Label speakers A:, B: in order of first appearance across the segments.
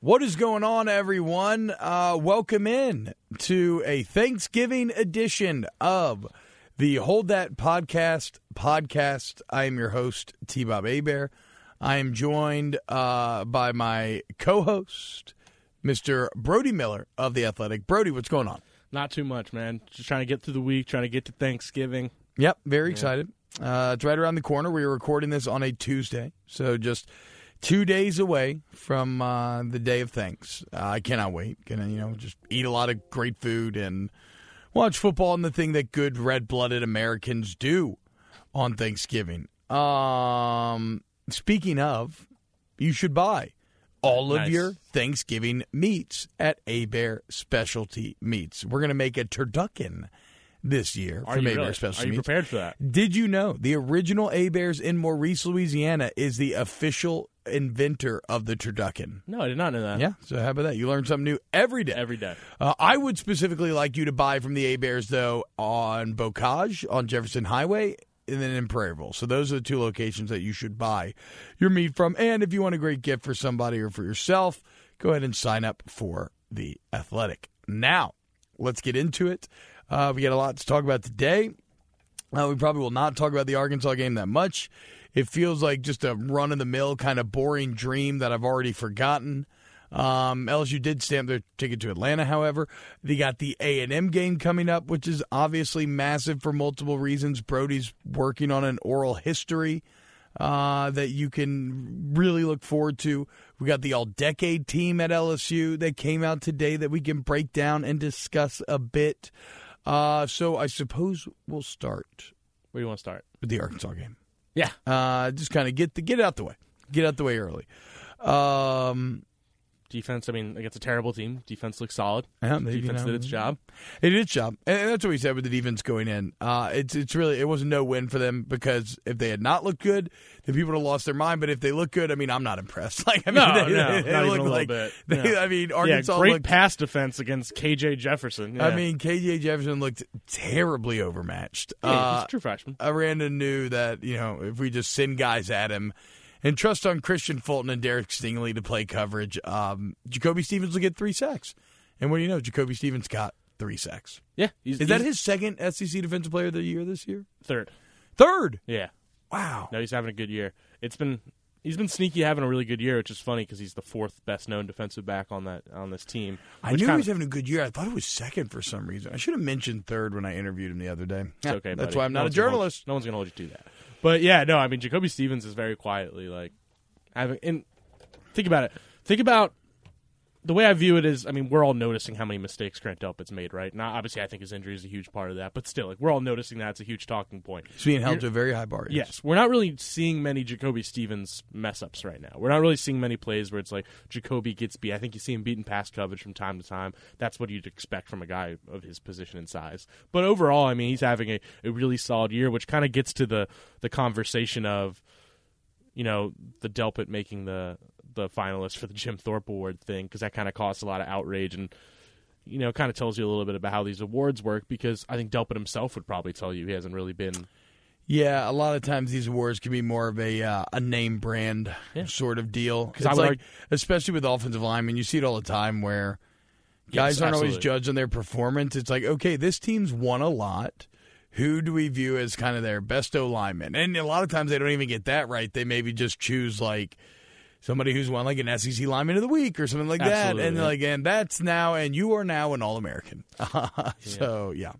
A: What is going on, everyone? Uh, welcome in to a Thanksgiving edition of the Hold That Podcast podcast. I am your host, T. Bob Bear. I am joined uh, by my co-host, Mr. Brody Miller of the Athletic. Brody, what's going on?
B: Not too much, man. Just trying to get through the week, trying to get to Thanksgiving.
A: Yep, very excited. Uh, it's right around the corner. We are recording this on a Tuesday, so just two days away from uh, the day of thanks. Uh, I cannot wait. Gonna you know just eat a lot of great food and watch football and the thing that good red blooded Americans do on Thanksgiving. Um, speaking of, you should buy all of
B: Nice.
A: your Thanksgiving meats at Abear Specialty Meats. We're gonna make a turducken this year
B: Are
A: from
B: you,
A: Abear
B: really?
A: Specialty
B: Are you
A: Meats.
B: prepared for that?
A: Did you know the original A Bears in Maurice, Louisiana is the official inventor of the turducken?
B: No, I did not know that.
A: Yeah, so how about that? You learn something new every day.
B: Every day.
A: Uh, I would specifically like you to buy from the A Bears, though, on Bocage, on Jefferson Highway, and then in Prairieville. So those are the two locations that you should buy your meat from. And if you want a great gift for somebody or for yourself, go ahead and sign up for The Athletic. Now, let's get into it. Uh, we got a lot to talk about today. Uh, we probably will not talk about the Arkansas game that much. It feels like just a run of the mill kind of boring dream that I've already forgotten. Um, LSU did stamp their ticket to Atlanta, however. They got the A and M game coming up, which is obviously massive for multiple reasons. Brody's working on an oral history uh, that you can really look forward to. We got the all decade team at LSU that came out today that we can break down and discuss a bit. Uh, so I suppose we'll start
B: Where do you want to start?
A: with the Arkansas game.
B: Yeah.
A: Uh, just kind of get the get it out the way, get out the way early. Um,
B: Defense, I mean, against a terrible team, defense looks solid.
A: yeah, maybe,
B: defense
A: you know,
B: did its job.
A: It did job, and that's what we said with the defense going in. Uh, it's it's really it was a no win for them because if they had not looked good, then people would have lost their mind. But if they look good, I mean, I'm not impressed. Like I mean,
B: No,
A: they,
B: no,
A: they-
B: not
A: they
B: even a
A: look
B: little
A: like
B: bit.
A: they-
B: No.
A: I mean
B: Yeah,
A: Arkansas
B: great
A: looked.
B: pass defense against KJ Jefferson. Yeah.
A: I mean, KJ Jefferson looked terribly overmatched.
B: Hey, he's
A: Uh,
B: a true freshman.
A: Aranda knew that you know if we just send guys at him and trust on Christian Fulton and Derek Stingley to play coverage, um, Jacoby Stevens will get three sacks. And what do you know? Jacoby Stevens got three sacks.
B: Yeah, he's,
A: Is that
B: he's
A: his second SEC Defensive Player of the Year this year?
B: third?
A: Third.
B: Yeah,
A: Wow.
B: no, he's having a good year. It's been he's been sneaky having a really good year, which is funny because he's the fourth best known defensive back on that on this team.
A: I
B: which
A: knew he
B: kinda-
A: was having a good year. I thought it was second for some reason. I should have mentioned third when I interviewed him the other day.
B: It's okay.
A: That's
B: buddy.
A: why I'm
B: No
A: not a
B: one's gonna hold-
A: journalist.
B: no one's gonna hold you to that. But yeah, no, I mean Jacoby Stevens is very quietly like having. And think about it. Think about the way I view it is. I mean, we're all noticing how many mistakes Grant Delpit's made, right? Now, obviously, I think his injury is a huge part of that, but still, like we're all noticing that it's a huge talking point.
A: He's being held to a very high bar.
B: Yes, we're not really seeing many Jacoby Stevens mess ups right now. We're not really seeing many plays where it's like Jacoby gets beat. I think you see him beating pass coverage from time to time. That's what you'd expect from a guy of his position and size. But overall, I mean, he's having a, a really solid year, which kind of gets to the the conversation of, you know, the Delpit making the the finalist for the Jim Thorpe Award thing because that kind of caused a lot of outrage and you know kind of tells you a little bit about how these awards work because I think Delpit himself would probably tell you he hasn't really been
A: Yeah, a lot of times these awards can be more of a uh, a name brand
B: Yeah.
A: sort of deal. It's
B: I
A: like,
B: would argue-
A: especially with offensive linemen, you see it all the time where guys
B: Yes,
A: aren't always
B: absolutely.
A: judged on their performance. It's like, okay, this team's won a lot. Who do we view as kind of their best O lineman? And a lot of times they don't even get that right. They maybe just choose like somebody who's won like an SEC lineman of the week or something like that. And
B: Absolutely.
A: they're like, and that's now, and you are now an All American. so yeah,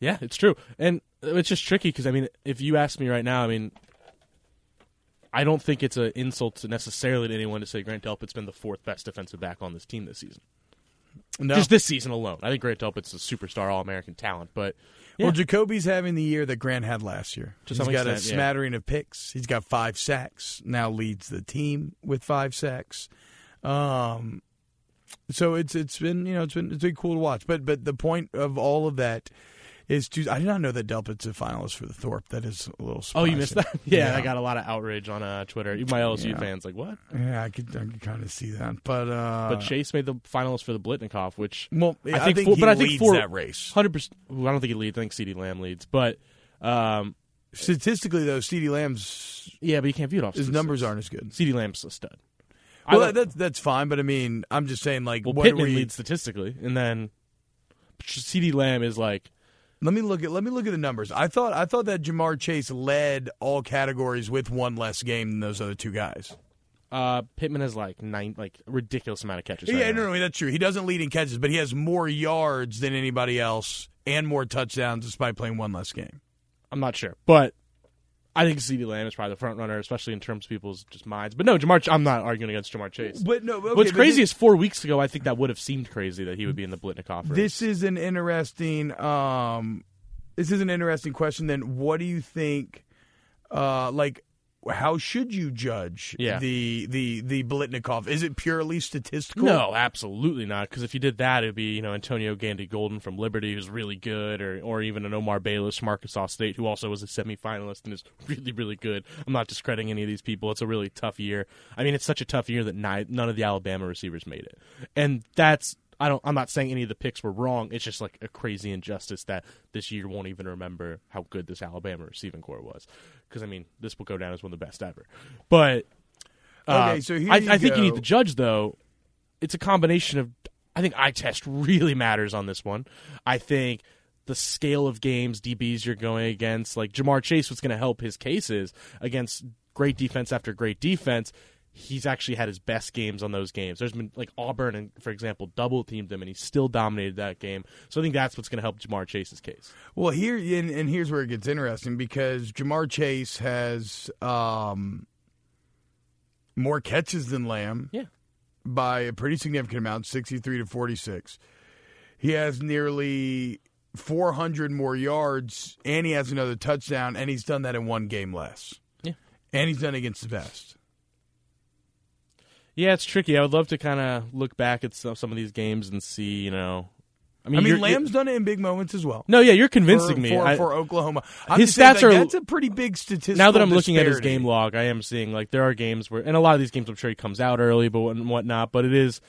B: Yeah, it's true, and it's just tricky because I mean, if you ask me right now, I mean, I don't think it's an insult to necessarily to anyone to say Grant Delpit's been the fourth best defensive back on this team this season,
A: no.
B: just this season alone. I think Grant Delpit's a superstar All American talent, but
A: Well,
B: Yeah.
A: Jacoby's having the year that Grant had last year.
B: To
A: He's
B: some
A: got a
B: extent, yeah.
A: smattering of picks. He's got five sacks. Now leads the team with five sacks. Um, so it's it's been you know it's been it's been cool to watch. But but the point of all of that is to I did not know that Delpit's a finalist for the Thorpe. That is a little
B: oh,
A: surprising.
B: you missed that? yeah,
A: Yeah.
B: I got a lot of outrage on uh, Twitter. Even my LSU
A: Yeah.
B: fans like what?
A: Yeah, I could I could kind of see that. But uh,
B: But Chase made the finals for the Blitnikoff, which
A: well, I think,
B: think for-
A: he
B: but I think
A: leads
B: for-
A: that race
B: hundred percent. I don't think he leads. I think CD Lamb leads, but um,
A: statistically though. Ceedee Lamb's
B: yeah, but you can't view it off
A: his numbers aren't as good.
B: CD Lamb's a stud. I
A: Well,
B: don't-
A: that's that's fine, but I mean, I'm just saying, like,
B: well,
A: what
B: Pittman
A: are we?
B: leads statistically, and then C.D. Lamb is like
A: Let me look at let me look at the numbers. I thought I thought that Jamar Chase led all categories with one less game than those other two guys.
B: uh, Pittman has like nine, like a ridiculous amount of catches.
A: yeah,
B: right
A: no,
B: now.
A: no, that's true. He doesn't lead in catches, but he has more yards than anybody else and more touchdowns despite playing one less game.
B: I'm not sure, but I think C.D. Lamb is probably the front runner, especially in terms of people's just minds. But no, Jamar, Ch- I'm not arguing against Jamar Chase.
A: But no, okay,
B: What's
A: but
B: crazy is four weeks ago, I think that would have seemed crazy that he would be in the Blitnikoff. race.
A: This is an interesting. Um, this is an interesting question. Then, what do you think? Uh, like, how should you judge
B: Yeah.
A: the the the Blitnikoff? Is it purely statistical?
B: No, absolutely not. Because if you did that, it'd be you know Antonio Gandy Golden from Liberty, who's really good, or or even an Omar Bayless from Arkansas State, who also was a semifinalist and is really really good. I'm not discrediting any of these people. It's a really tough year. I mean, it's such a tough year that ni- none of the Alabama receivers made it, and that's. I don't. I'm not saying any of the picks were wrong. It's just like a crazy injustice that this year won't even remember how good this Alabama receiving core was, because I mean, this will go down as one of the best ever. But uh,
A: Okay, so here
B: I,
A: you
B: I think
A: go.
B: you need to judge though. It's a combination of. I think eye test really matters on this one. I think the scale of games DBs you're going against, like Jamar Chase, what's going to help his cases against great defense after great defense. He's actually had his best games on those games. There's been like Auburn, and for example, double teamed him, and he still dominated that game. So I think that's what's going to help Jamar Chase's case.
A: Well, here and, and here's where it gets interesting because Jamar Chase has um, more catches than Lamb.
B: Yeah.
A: by a pretty significant amount, sixty-three to forty-six. He has nearly four hundred more yards, and he has another touchdown, and he's done that in one game less.
B: Yeah.
A: and he's done against the best.
B: Yeah, it's tricky. I would love to kind of look back at some, some of these games and see, you know. I
A: I mean,
B: you're- you're-
A: Lamb's done it in big moments as well.
B: No, yeah, you're
A: For-
B: convincing me.
A: for,
B: I-
A: for Oklahoma. I'm
B: His
A: just saying,
B: stats
A: like,
B: are-
A: that's a pretty big statistic.
B: now that I'm looking at his game log, I am seeing like there are games where, and a lot of these games, I'm sure he comes out early, but what- and whatnot. But it is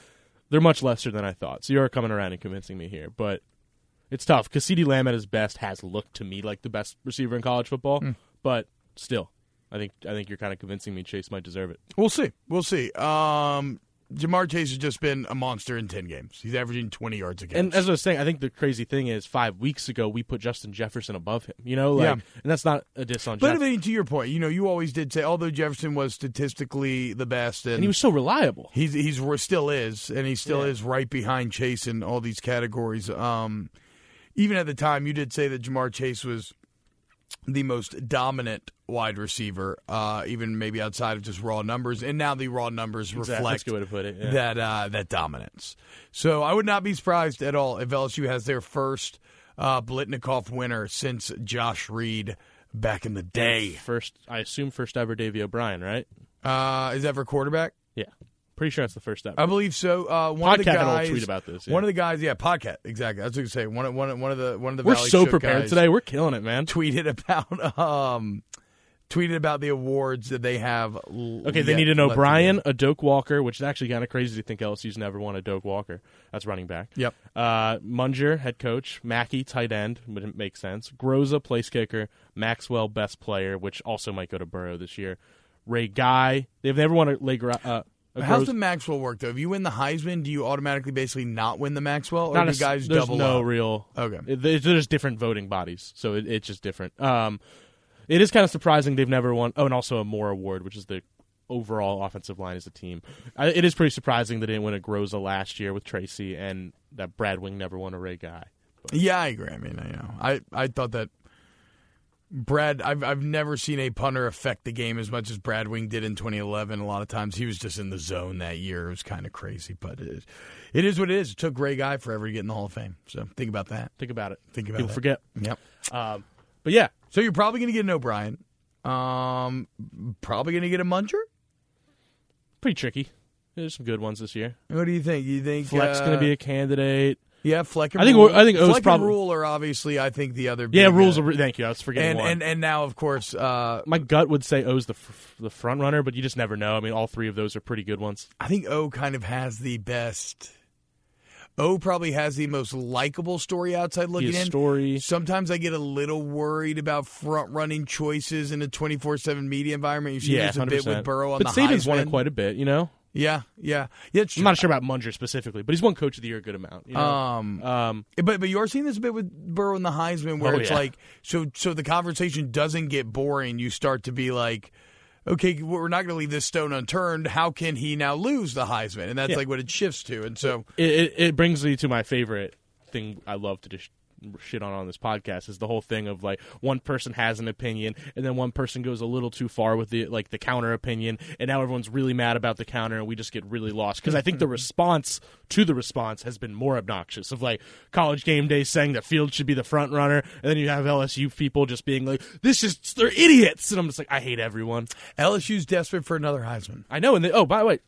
B: they're much lesser than I thought. So you are coming around and convincing me here, but it's tough because CD Lamb at his best has looked to me like the best receiver in college football,
A: Hmm.
B: but still. I think I think you're kind of convincing me Chase might deserve it.
A: We'll see. We'll see. Um, Jamar Chase has just been a monster in 10 games. He's averaging 20 yards a game.
B: And as I was saying, I think the crazy thing is 5 weeks ago we put Justin Jefferson above him, you know, like
A: Yeah.
B: and that's not a diss on
A: but I
B: Jefferson.
A: mean, to your point, you know, you always did say, although Jefferson was statistically the best, and,
B: And he was so reliable.
A: he's, he's we're- still is, and he still
B: Yeah.
A: is right behind Chase in all these categories. Um, even at the time, you did say that Jamar Chase was the most dominant wide receiver, uh, even maybe outside of just raw numbers. And now the raw numbers
B: That's a
A: reflect
B: good way to put it. yeah.
A: that uh, that dominance. So I would not be surprised at all if LSU has their first uh, Blitnikoff winner since Josh Reed back in the day.
B: First, I assume first ever Davy O'Brien, right?
A: Uh, is that for quarterback?
B: Yeah, pretty sure that's the first ever.
A: I believe so. Uh, one of
B: Podcast
A: the
B: had a
A: guys,
B: little tweet about this. yeah.
A: one of the guys, yeah, podcast exactly. I was going to say one of- one of- one of the one of the
B: We're
A: Valley
B: so
A: Shook
B: prepared
A: guys
B: today. We're killing it, man.
A: Tweeted about um, tweeted about the awards that they have.
B: Okay, they need an O'Brien, a Doak Walker, which is actually kind of crazy to think LSU's never won a Doak Walker. That's running back.
A: Yep.
B: Uh, Munger, head coach. Mackey, tight end, wouldn't make sense. Groza, place kicker. Maxwell, best player, which also might go to Burrow this year. Ray Guy. They've never won a leg. Uh, a
A: How's
B: Groza-
A: the Maxwell work though? If you win the Heisman, do you automatically basically not win the Maxwell, or
B: Not
A: Oh, do
B: a s-
A: guys
B: there's
A: double
B: no
A: up?
B: real
A: Okay.
B: It- There's, there's different voting bodies, so it, it's just different. Um, it is kind of surprising they've never won. Oh, and also a Moore Award, which is the overall offensive line as a team. I, it is pretty surprising they didn't win a Groza last year with Tracy, and that Brad Wing never won a Ray Guy.
A: Yeah, I agree. I mean, I know. I, I thought that Brad. I've I've never seen a punter affect the game as much as Brad Wing did in 2011. A lot of times he was just in the zone that year. It was kind of crazy, but it is, it is what it is. It took Ray Guy forever to get in the Hall of Fame. So think about that.
B: Think about it.
A: Think about
B: People
A: that.
B: forget.
A: Yep.
B: Um, but yeah,
A: So you're probably going to get an O'Brien. Um, probably going to get a Muncher.
B: pretty tricky. There's some good ones this year.
A: What do you think? You think
B: Fleck's
A: uh,
B: going to be a candidate.
A: yeah Fleck? And
B: I think-
A: Rule.
B: I think O's
A: Fleck and
B: probably-
A: Rule are obviously I think the other
B: Yeah,
A: big,
B: rules.
A: uh,
B: Are re- thank you. I was forgetting
A: and
B: one.
A: and and now of course uh,
B: my gut would say O's the f- the front runner, but you just never know. I mean, all three of those are pretty good ones.
A: I think O kind of has the best. O probably has the most likable story outside looking
B: His
A: in.
B: story,
A: Sometimes I get a little worried about front running choices in a twenty four seven media environment. You see
B: yeah,
A: there's a bit
B: 100%.
A: with Burrow on
B: but
A: the
B: Saban's won it
A: Heisman.
B: quite a bit, you know.
A: Yeah, yeah, yeah. It's
B: I'm
A: true.
B: not sure about Munger specifically, but he's won Coach of the Year a good amount. You know?
A: um,
B: um,
A: but but you're seeing this a bit with Burrow and the Heisman, where
B: Oh,
A: it's
B: yeah.
A: like so so the conversation doesn't get boring. You start to be like, okay, we're not going to leave this stone unturned. How can he now lose the Heisman? And that's
B: Yeah.
A: like what it shifts to. And so
B: it, it, it brings me to my favorite thing I love to just shit on on this podcast is the whole thing of like one person has an opinion and then one person goes a little too far with the like the counter opinion and now everyone's really mad about the counter and we just get really lost because I think the response to the response has been more obnoxious of like college game day saying that Field should be the front runner and then you have LSU people just being like this is they're idiots and I'm just like I hate everyone
A: LSU's desperate for another Heisman.
B: I know and they, oh by the way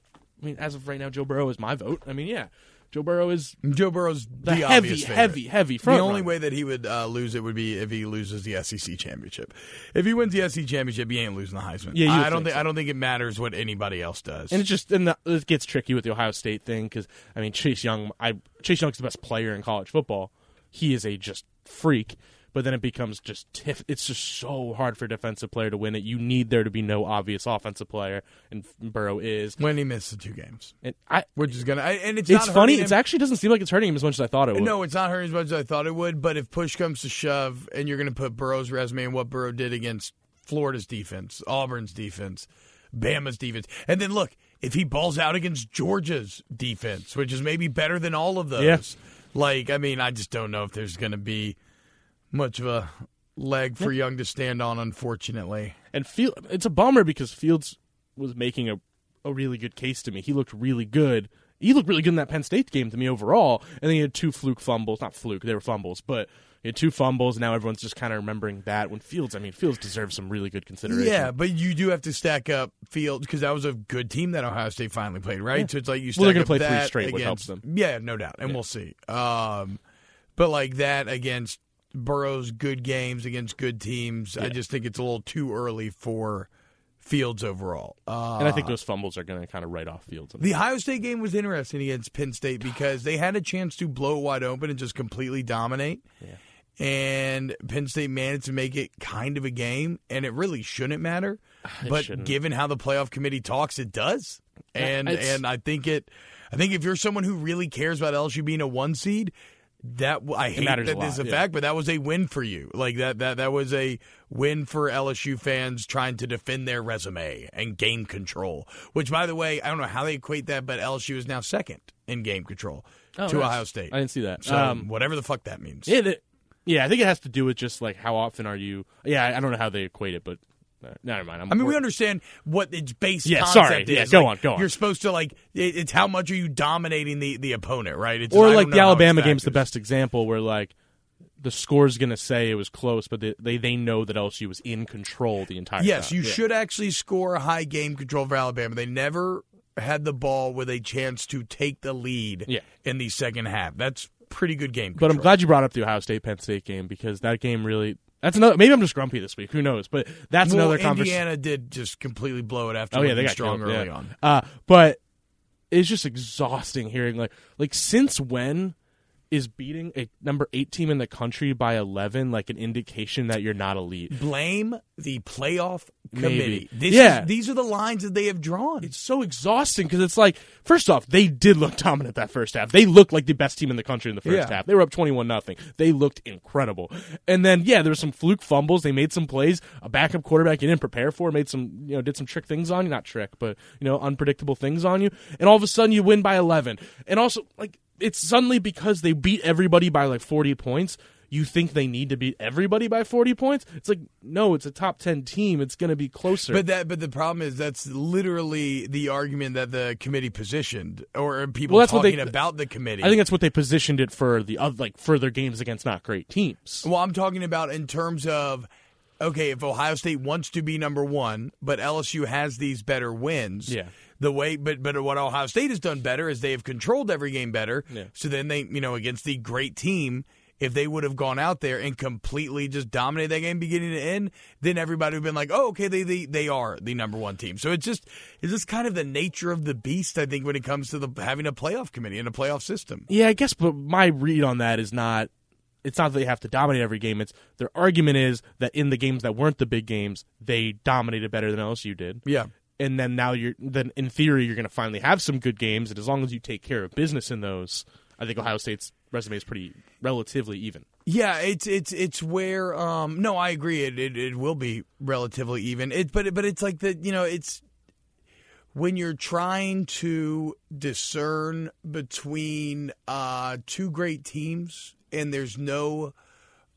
B: I mean as of right now Joe Burrow is my vote I mean yeah Joe Burrow is
A: Joe Burrow's the,
B: the, heavy,
A: obvious favorite.
B: heavy, heavy front.
A: the only
B: runner.
A: way that he would uh, lose it would be if he loses the SEC championship. If he wins the SEC championship, he ain't losing the Heisman.
B: Yeah, you would
A: I don't
B: think
A: think I don't think it matters what anybody else does.
B: and it's just and the, it gets tricky with the Ohio State thing because I mean Chase Young, I Chase Young's the best player in college football. He is a just freak. But then it becomes just tiff. It's just so hard for a defensive player to win it. You need there to be no obvious offensive player, and Burrow is.
A: when he missed the two games,
B: And I,
A: we're just gonna. I- And it's
B: it's
A: not
B: funny.
A: hurting him.
B: It actually doesn't seem like it's hurting him as much as I thought it would.
A: No, it's not hurting as much as I thought it would. But if push comes to shove, and you're going to put Burrow's resume and what Burrow did against Florida's defense, Auburn's defense, Bama's defense, and then look if he balls out against Georgia's defense, which is maybe better than all of those.
B: Yeah.
A: Like, I mean, I just don't know if there's going to be much of a leg for Young to stand on. Unfortunately,
B: And Field, it's a bummer because Fields was making a, a really good case to me. He looked really good. He looked really good in that Penn State game to me overall. And then he had two fluke fumbles. Not fluke, they were fumbles, but he had two fumbles. And now everyone's just kind of remembering that. When Fields, I mean, Fields deserves some really good consideration.
A: yeah, but you do have to stack up Fields because that was a good team that Ohio State finally played, right? So it's like you. Stack
B: Well, they're gonna
A: up
B: play three
A: that
B: straight, which
A: against-
B: helps
A: Yeah, no doubt, and we'll see. Um, but like that against Burrow's good games against good teams, I just think it's a little too early for Fields overall. Uh,
B: And I think those fumbles are going to kind of write off Fields.
A: the Ohio State game was interesting against Penn State because they had a chance to blow it wide open and just completely dominate. And Penn State managed to make it kind of a game, and it really shouldn't matter. But
B: shouldn't.
A: given how the playoff committee talks, it does. And
B: it's-
A: and I think it, I think if you're someone who really cares about LSU being a one seed, that I hate that
B: matters
A: this
B: a lot,
A: is a
B: yeah.
A: fact, but that was a win for you. Like that that that was a win for LSU fans trying to defend their resume and game control. Which, by the way, I don't know how they equate that, but LSU is now second in game control to Ohio State.
B: Oh, I didn't see that.
A: so
B: um,
A: whatever the fuck that means.
B: It, it- yeah, I think it has to do with just like how often are you. Yeah, I- I don't know how they equate it, but uh, never mind. I'm,
A: I mean, we
B: we're-
A: understand what its base
B: Yeah,
A: concept
B: sorry.
A: is.
B: Yeah, go
A: Like,
B: on, go on.
A: You're supposed to like it, it's how much are you dominating the, the opponent, right? It's, I
B: or
A: don't
B: like
A: know
B: the
A: how
B: Alabama
A: it's
B: game's the
A: factors.
B: best example where like the score's going to say it was close, but they, they they know that LSU was in control the entire
A: Yes,
B: time.
A: you should actually score high game control for Alabama. They never had the ball with a chance to take the lead
B: Yeah.
A: in the second half. That's pretty good game
B: But
A: control.
B: I'm glad you brought up the Ohio State Penn State game because that game really that's another. Maybe I'm just grumpy this week. Who knows? But that's
A: well,
B: another conversation.
A: Indiana did just completely blow it after
B: Oh yeah,
A: looking
B: they got
A: strong
B: killed,
A: early
B: yeah.
A: on.
B: Uh, but it's just exhausting hearing like like since when is beating a number eight team in the country by eleven like an indication that you're not elite?
A: Blame the playoff
B: Maybe.
A: committee. This
B: Yeah.
A: is, these are the lines that they have drawn.
B: it's so exhausting because it's like first off they did look dominant that first half they looked like the best team in the country in the first
A: Yeah.
B: half they were up 21 nothing they looked incredible and then yeah there were some fluke fumbles they made some plays a backup quarterback you didn't prepare for made some you know did some trick things on you not trick but you know unpredictable things on you and all of a sudden you win by 11 and also like it's suddenly because they beat everybody by like 40 points you think they need to beat everybody by 40 points it's like no it's a top 10 team it's going to be closer
A: But that, but the problem is that's literally the argument that the committee positioned, or people
B: Well, that's what
A: talking
B: they-
A: about the committee.
B: I think that's what they positioned it for the other, like further games against not great teams.
A: Well, I'm talking about in terms of okay, if Ohio State wants to be number one, but LSU has these better wins.
B: Yeah.
A: The way, but but what Ohio State has done better is they have controlled every game better.
B: Yeah.
A: So then they, you know, against the great team, if they would have gone out there and completely just dominated that game beginning to end, then everybody would have been like, oh, okay, they they, they are the number one team. So it's just it's just kind of the nature of the beast, I think, when it comes to the having a playoff committee and a playoff system.
B: Yeah, I guess, but my read on that is not. It's not that they have to dominate every game. It's their argument is that in the games that weren't the big games, they dominated better than LSU did.
A: Yeah.
B: and then now you're then in theory you're going to finally have some good games, and as long as you take care of business in those, I think Ohio State's resume is pretty relatively even.
A: Yeah, it's it's it's where um no, I agree. It it, it will be relatively even. It but it, but it's like the you know it's when you're trying to discern between uh two great teams and there's no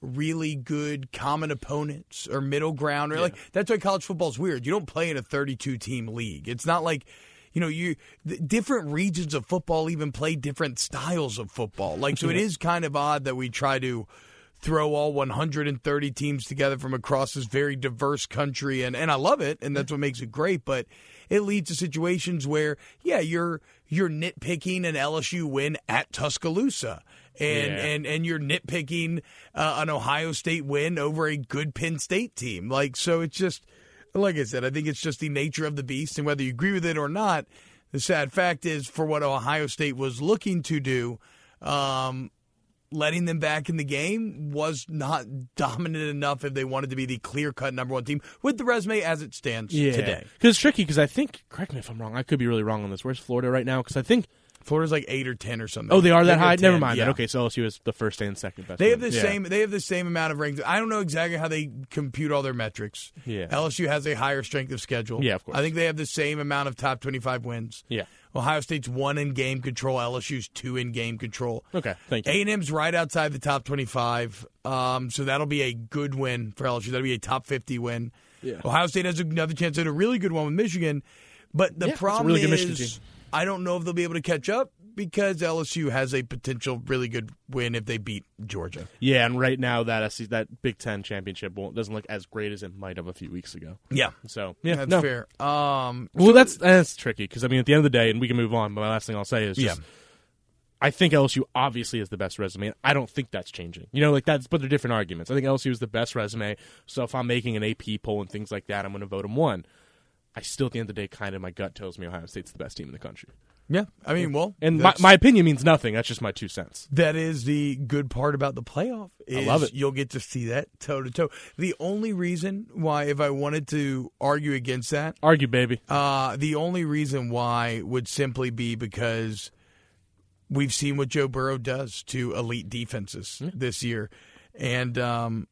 A: really good common opponents or middle ground or like that's why college football's weird. You don't play in a 32 team league. It's not like you know, you th- different regions of football even play different styles of football. Like, so it is kind of odd that we try to throw all 130 teams together from across this very diverse country, and and I love it, and that's what makes it great. But it leads to situations where, yeah, you're you're nitpicking an LSU win at Tuscaloosa. And,
B: Yeah.
A: and and you're nitpicking uh, an Ohio State win over a good Penn State team, like so. It's just like I said, I think it's just the nature of the beast, and whether you agree with it or not, the sad fact is for what Ohio State was looking to do, um, letting them back in the game was not dominant enough if they wanted to be the clear cut number one team with the resume as it stands today.
B: because it's tricky. Because I think, correct me if I'm wrong, I could be really wrong on this. Where's Florida right now? Because I think
A: Florida's like eight or ten or something.
B: oh they are that
A: Eight or
B: high. Never
A: 10,
B: mind
A: yeah.
B: that. Okay, so LSU is the first and second best.
A: They have
B: one.
A: the
B: Yeah.
A: same. They have the same amount of ranked. I don't know exactly how they compute all their metrics.
B: Yeah.
A: LSU has a higher strength of schedule.
B: Yeah, of course.
A: I think they have the same amount of top twenty-five wins.
B: Yeah.
A: Ohio State's one in game control. LSU's two in game control.
B: Okay. Thank you.
A: A and M's right outside the top twenty-five. Um, so that'll be a good win for LSU. That'll be a top fifty win.
B: Yeah.
A: Ohio State has another chance at a really good one with Michigan, but the
B: Yeah, it's a really
A: problem
B: good Michigan
A: is
B: team.
A: I don't know if they'll be able to catch up because LSU has a potential really good win if they beat Georgia.
B: Yeah, and right now that SC, that Big Ten championship won't, doesn't look as great as it might have a few weeks ago.
A: Yeah.
B: So yeah,
A: That's
B: no.
A: fair. Um,
B: Well, that's that's tricky because I mean, at the end of the day, and we can move on. But my last thing I'll say is, just,
A: Yeah.
B: I think LSU obviously is the best resume. And I don't think that's changing. You know, like that's but they're different arguments. I think LSU is the best resume. So if I'm making an AP poll and things like that, I'm going to vote them one. I still, at the end of the day, kind of my gut tells me Ohio State's the best team in the country.
A: yeah. I mean, well,
B: And my,
A: that's-
B: my opinion means nothing. That's just my two cents.
A: That is the good part about the playoff. Is
B: love it.
A: You'll get to see that toe to toe. The only reason why, if I wanted to argue against that,
B: Argue, baby.
A: uh, the only reason why would simply be because we've seen what Joe Burrow does to elite defenses this year, and um,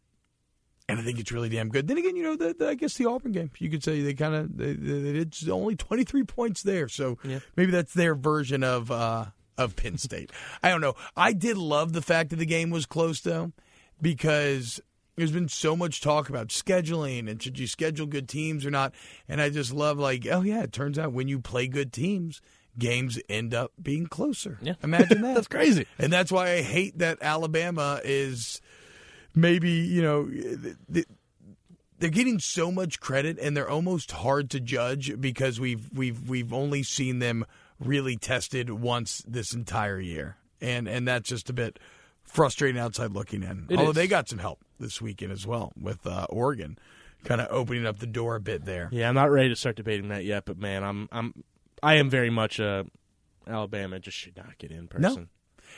A: and I think it's really damn good. Then again, you know, the, the, I guess the Auburn game, you could say they kind of they, they, it's only twenty three points there, so maybe that's their version of uh, of Penn State. I don't know. I did love the fact that the game was close though, because. There's been so much talk about scheduling and should you schedule good teams or not. And I just love, like, oh, yeah, it turns out when you play good teams, games end up being closer.
B: Yeah.
A: Imagine that.
B: That's crazy.
A: And that's why I hate that Alabama is maybe, you know, th- th- they're getting so much credit and they're almost hard to judge because we've we've we've only seen them really tested once this entire year. And and that's just a bit frustrating outside looking in.
B: It
A: Although
B: is.
A: they got some help this weekend as well with uh, Oregon kind of opening up the door a bit there.
B: Yeah, I'm not ready to start debating that yet, but man, I'm I'm I am very much a Alabama just should not get in person.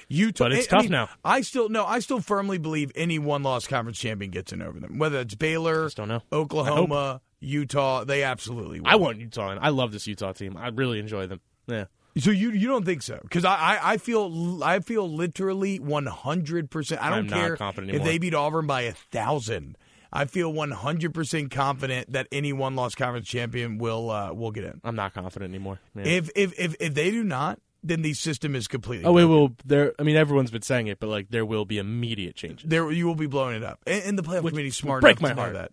A: Utah,
B: But it's
A: I- I
B: tough
A: mean,
B: now.
A: I still no, I still firmly believe any one-loss conference champion gets in over them, whether it's Baylor,
B: Just don't know.
A: Oklahoma, Utah. They absolutely will.
B: I want Utah in. I love this Utah team. I really enjoy them. Yeah.
A: so you you don't think so? Because I, I I feel I feel literally one hundred percent. I don't
B: I'm not
A: care
B: confident
A: if
B: anymore.
A: they beat Auburn by a thousand. I feel one hundred percent confident that any one-loss conference champion will uh, will get in.
B: I'm not confident anymore. Yeah.
A: If if if if they do not, then the system is completely.
B: oh wait, well there I mean everyone's been saying it, but like there will be immediate changes.
A: there you will be blowing it up, and, and the playoff committee's smart
B: break
A: enough to
B: my
A: know
B: heart.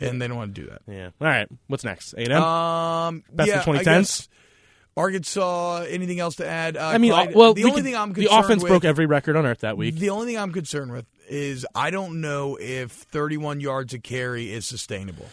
A: that, and they don't want to do that.
B: Yeah. All right. What's next? A&M?
A: Um,
B: Best
A: yeah,
B: of
A: I
B: 2010s?
A: guess Arkansas. Anything else to add? Uh,
B: I mean,
A: Clyde,
B: uh, well,
A: the
B: we
A: only
B: could-
A: thing I'm
B: the
A: concerned
B: offense
A: with,
B: broke every record on earth that week.
A: The only thing I'm concerned with is I don't know if 31 yards a carry is sustainable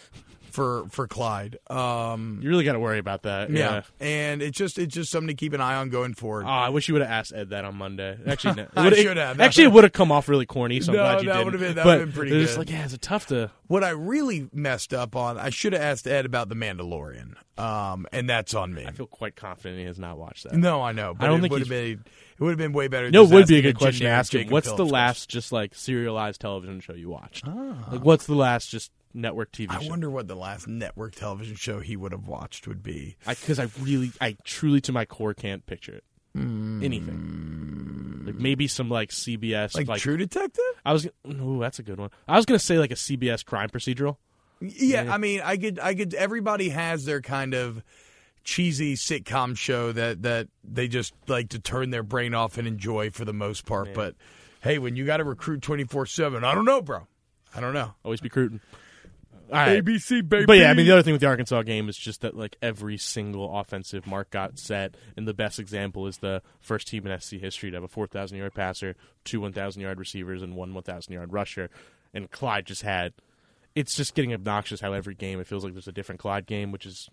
A: for for Clyde. Um,
B: You really got to worry about that.
A: yeah.
B: yeah.
A: and it's just it's just something to keep an eye on going forward.
B: Oh, I wish you would have asked Ed that on Monday. Actually, no. It
A: I
B: would've-
A: should have. That
B: Actually, it
A: would've-
B: would have come off really corny. So I'm
A: No,
B: glad you
A: that
B: didn't.
A: would've been- that
B: But
A: would've been pretty
B: they're Just
A: good.
B: like, yeah, it's a tough to.
A: what I really messed up on, I should have asked Ed about the Mandalorian, um, and that's on me.
B: I feel quite confident he has not watched that.
A: No, I know. But
B: don't
A: it
B: think
A: would have been it would have been way better.
B: No, it
A: just
B: would be a
A: asking
B: good question to
A: generic
B: ask him.
A: Jacob
B: What's the
A: Phillips question.
B: last just like serialized television show you watched? Like, what's the last just network TV
A: Ah. I
B: show.
A: wonder what the last network television show he would have watched would be.
B: because I, really, I truly to my core can't picture it.
A: Hmm.
B: Anything. Like maybe some like CBS
A: Like,
B: like,
A: True Detective?
B: I was ooh that's a good one. I was gonna say like a CBS crime procedural.
A: Yeah, I mean, I could, I could. Everybody has their kind of cheesy sitcom show that that they just like to turn their brain off and enjoy for the most part. But hey, when you got to recruit twenty four seven, I don't know, bro. I don't know.
B: Always be cruton. All right.
A: ABC baby.
B: But yeah, I mean the other thing with the Arkansas game is just that like every single offensive mark got set, and the best example is the first team in SC history to have a four thousand yard passer, two one thousand yard receivers, and one one thousand yard rusher. And Clyde just had. It's just getting obnoxious how every game it feels like there's a different Clyde game, which is.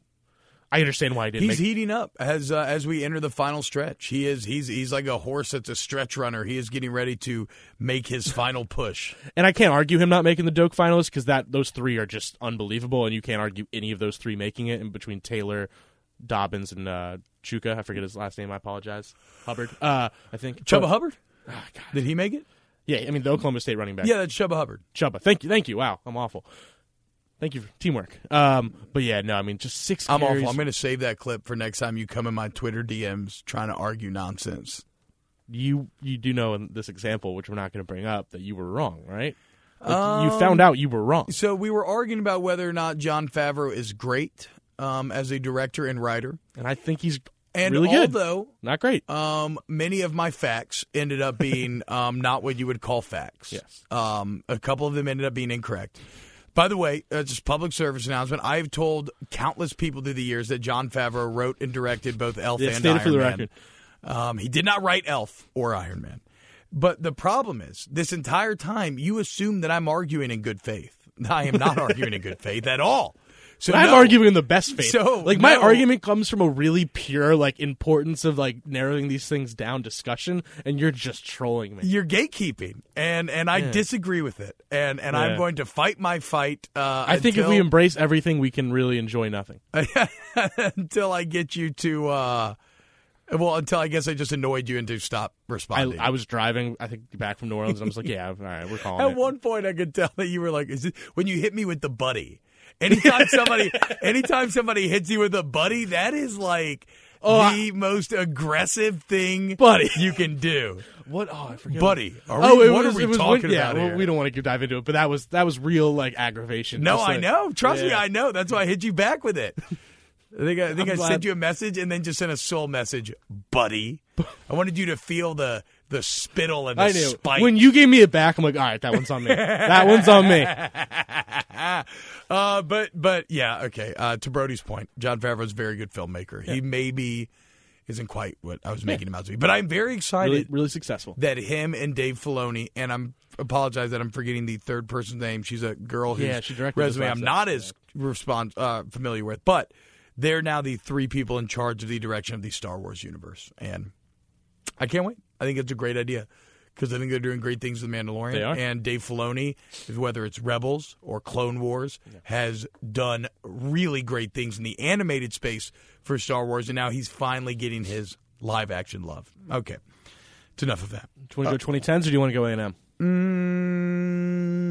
B: I understand why I didn't.
A: He's
B: make-
A: heating up as uh, as we enter the final stretch. He is he's he's like a horse that's a stretch runner. He is getting ready to make his final push.
B: and I can't argue him not making the Doak finalists because that those three are just unbelievable, and you can't argue any of those three making it. And between Taylor, Dobbins, and uh, Chuka, I forget his last name. I apologize. Hubbard, uh, I think
A: Chuba
B: But-
A: Hubbard? Did he make it?
B: Yeah, I mean the Oklahoma State running back.
A: Yeah, that's Chuba Hubbard.
B: Chuba. Thank you, thank you. Wow, I'm awful. Thank you for teamwork. Um, but yeah, no, I mean just six.
A: I'm
B: carries.
A: awful. I'm going to save that clip for next time you come in my Twitter DMs trying to argue nonsense.
B: you you do know in this example, which we're not going to bring up, that you were wrong, right? Like,
A: Um,
B: you found out you were wrong.
A: So we were arguing about whether or not John Favreau is great um, as a director and writer,
B: And I think he's
A: and
B: really good.
A: although
B: Not great.
A: um, many of my facts ended up being um, not what you would call facts.
B: Yes.
A: Um, a couple of them ended up being incorrect. By the way, uh, just public service announcement. I've told countless people through the years that John Favreau wrote and directed both Elf
B: Yeah,
A: and
B: state
A: Iron
B: it for the
A: Man.
B: record.
A: Um, he did not write Elf or Iron Man. But the problem is, this entire time, you assume that I'm arguing in good faith. I am not arguing in good faith at all. So
B: I'm
A: no.
B: arguing in the best faith.
A: So,
B: like my
A: no.
B: argument comes from a really pure like importance of like narrowing these things down discussion, and you're just trolling me.
A: You're gatekeeping, and and I disagree with it, and and I'm
B: Yeah.
A: going to fight my fight. Uh,
B: I think if
A: until,
B: we embrace everything, we can really enjoy nothing.
A: until I get you to, uh, well, until I guess I just annoyed you into stop
B: I,
A: responding.
B: I was driving, I think, back from New Orleans, and I was like, "Yeah, all right, we're calling
A: At
B: it."
A: one point, I could tell that you were like, "Is it when you hit me with the buddy?" Anytime somebody, anytime somebody hits you with a buddy, that is like the most aggressive thing,
B: Oh, Buddy.
A: you can do,
B: What? Oh, I forget.
A: buddy. Are
B: oh,
A: we,
B: it
A: what
B: was,
A: are we
B: it was
A: talking
B: when- yeah,
A: about
B: well,
A: here?
B: we don't want to dive into it, but that was that was real like aggravation.
A: no,
B: Just
A: I
B: like-
A: know. Trust me,
B: yeah.
A: I know. That's why I hit you back with it. I think I, I think
B: I'm
A: I
B: glad-
A: sent you a message and then just sent a soul message, buddy. I wanted you to feel the the spittle and the
B: I knew.
A: spite.
B: When you gave me it back, I'm like, "All right, that one's on me. that one's on me."
A: Uh, but but yeah, okay. Uh, to Brody's point, John Favreau's a very good filmmaker. He maybe isn't quite what I was making him out to be, but I'm very excited
B: Really, really successful.
A: that him and Dave Filoni and I'm apologize that I'm forgetting the third person's name. She's a girl whose
B: Yeah, she directed this
A: resume
B: last
A: I'm not as respond uh, familiar with, but they're now the three people in charge of the direction of the Star Wars universe, and I can't wait. I think it's a great idea. Because I think they're doing great things with Mandalorian.
B: They are.
A: And Dave Filoni, whether it's Rebels or Clone Wars, has done really great things in the animated space for Star Wars. And now he's finally getting his live action love. Okay. It's enough of that.
B: Do you want to go 2010s or do you want to go A and M?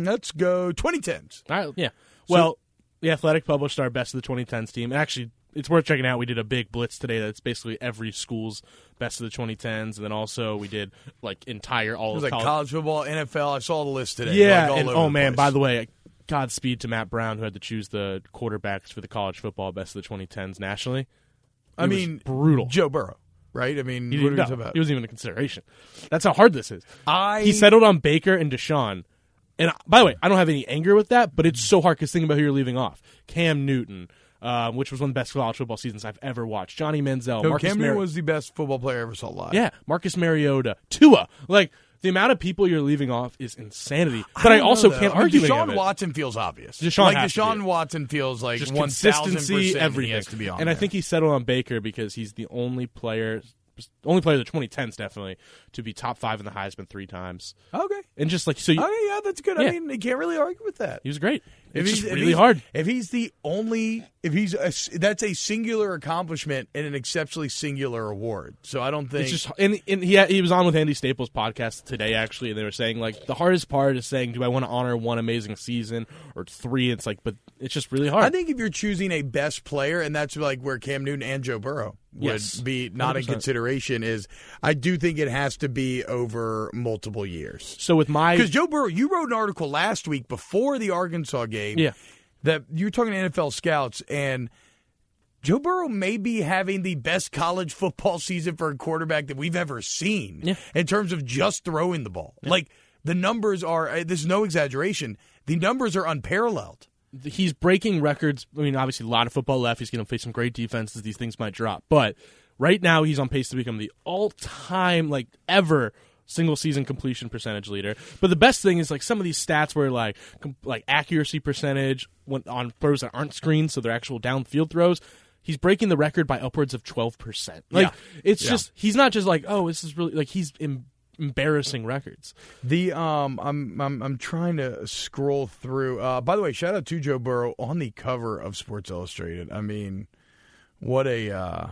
A: Mm, let's go 2010s.
B: All right, yeah. Well, the Athletic published our best of the 2010s team. And actually, it's worth checking out. We did a big blitz today. That's basically every school's best of the 2010s, and then also we did like entire all
A: It was
B: of
A: like college football, NFL. I saw the list today.
B: Yeah.
A: Like all
B: and,
A: over
B: oh man.
A: place.
B: By the way, Godspeed to Matt Brown, who had to choose the quarterbacks for the college football best of the 2010s nationally. It
A: I
B: was
A: mean,
B: brutal.
A: Joe Burrow, right? I mean,
B: He
A: what are we
B: didn't know.
A: talking about?
B: It wasn't even a consideration. That's how hard this is.
A: I-
B: he settled on Baker and Deshaun. And uh, by the way, I don't have any anger with that, but it's so hard because think about who you're leaving off: Cam Newton, uh, which was one of the best college football seasons I've ever watched. Johnny Manziel,
A: No,
B: Marcus
A: Cam
B: Mar-
A: Newton was the best football player I ever saw live.
B: yeah, Marcus Mariota, Tua. Like the amount of people you're leaving off is insanity. But I,
A: don't know,
B: also
A: though.
B: can't
A: I mean,
B: argue any of
A: Deshaun
B: it.
A: Watson feels obvious.
B: Deshaun
A: like
B: has to
A: Deshaun
B: be.
A: Watson feels like
B: just
A: 1,000% E
B: consistency,
A: he
B: everything
A: has to be on.
B: And I
A: there.
B: think he settled on Baker because he's the only player only player of the 2010s definitely to be top five in the Heisman three times,
A: Okay.
B: and just like so, you,
A: Okay, yeah, that's good. I
B: Yeah.
A: mean, you can't really argue with that.
B: he was great. It's
A: he's-
B: just
A: if
B: really
A: he's-
B: hard.
A: If he's the only, if he's a, that's a singular accomplishment and an exceptionally singular award. So I don't think
B: It's just and, and he he was on with Andy Staples podcast today actually, and they were saying like the hardest part is saying do I want to honor one amazing season or three? It's like, but it's just really hard.
A: I think if you're choosing a best player, and that's like where Cam Newton and Joe Burrow would
B: Yes.
A: be not in
B: 100%.
A: consideration, is I do think it has to be over multiple years.
B: so with my
A: Because Joe Burrow, you wrote an article last week before the Arkansas game
B: Yeah.
A: that you're talking to NFL scouts, and Joe Burrow may be having the best college football season for a quarterback that we've ever seen
B: Yeah.
A: in terms of just throwing the ball. Like, the numbers are, uh, there's no exaggeration, the numbers are unparalleled.
B: he's breaking records. I mean, obviously, a lot of football left. He's going to face some great defenses. These things might drop, but right now he's on pace to become the all-time, like ever, single season completion percentage leader. But the best thing is like some of these stats where like com- like accuracy percentage when, on throws that aren't screens, so they're actual downfield throws. He's breaking the record by upwards of twelve percent. Like it's just he's not just like oh this is really like he's. Em- embarrassing records
A: The um, I'm I'm I'm trying to scroll through. Uh, by the way, shout out to Joe Burrow on the cover of Sports Illustrated. I mean, what a uh,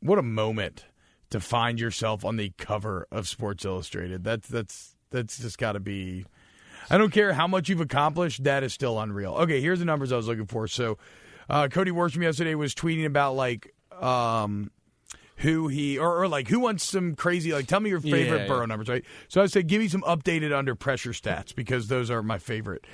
A: what a moment to find yourself on the cover of Sports Illustrated. That's that's that's just got to be. I don't care how much you've accomplished. That is still unreal. Okay, here's the numbers I was looking for. So, uh, Cody Worsham yesterday was tweeting about like um, who he or, or like who wants some crazy like tell me your favorite
B: yeah.
A: Burrow numbers, right? So I said give me some updated under pressure stats because those are my favorite.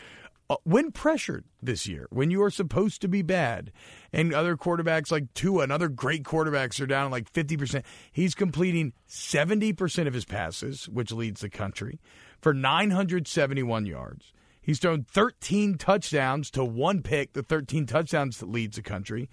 A: Uh, when pressured this year, when you are supposed to be bad, and other quarterbacks like Tua and other great quarterbacks are down like fifty percent, he's completing seventy percent of his passes, which leads the country for nine hundred seventy-one yards. He's thrown 13 touchdowns to one pick, the 13 touchdowns that leads the country.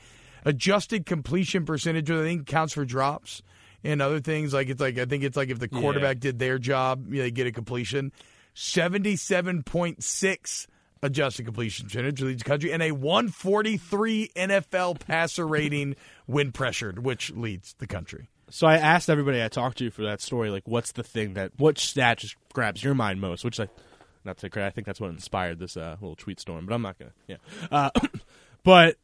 A: Adjusted completion percentage, which I think counts for drops and other things. Like it's like I think it's like if the quarterback did their job, you know, they get a completion. 77.6 adjusted completion percentage which leads the country, and a 143 NFL passer rating when pressured, which leads the country.
B: So I asked everybody I talked to for that story, like, what's the thing that, what stat just grabs your mind most? Which, like, not to credit, I think that's what inspired this uh, little tweet storm, but I'm not gonna, yeah. Uh, but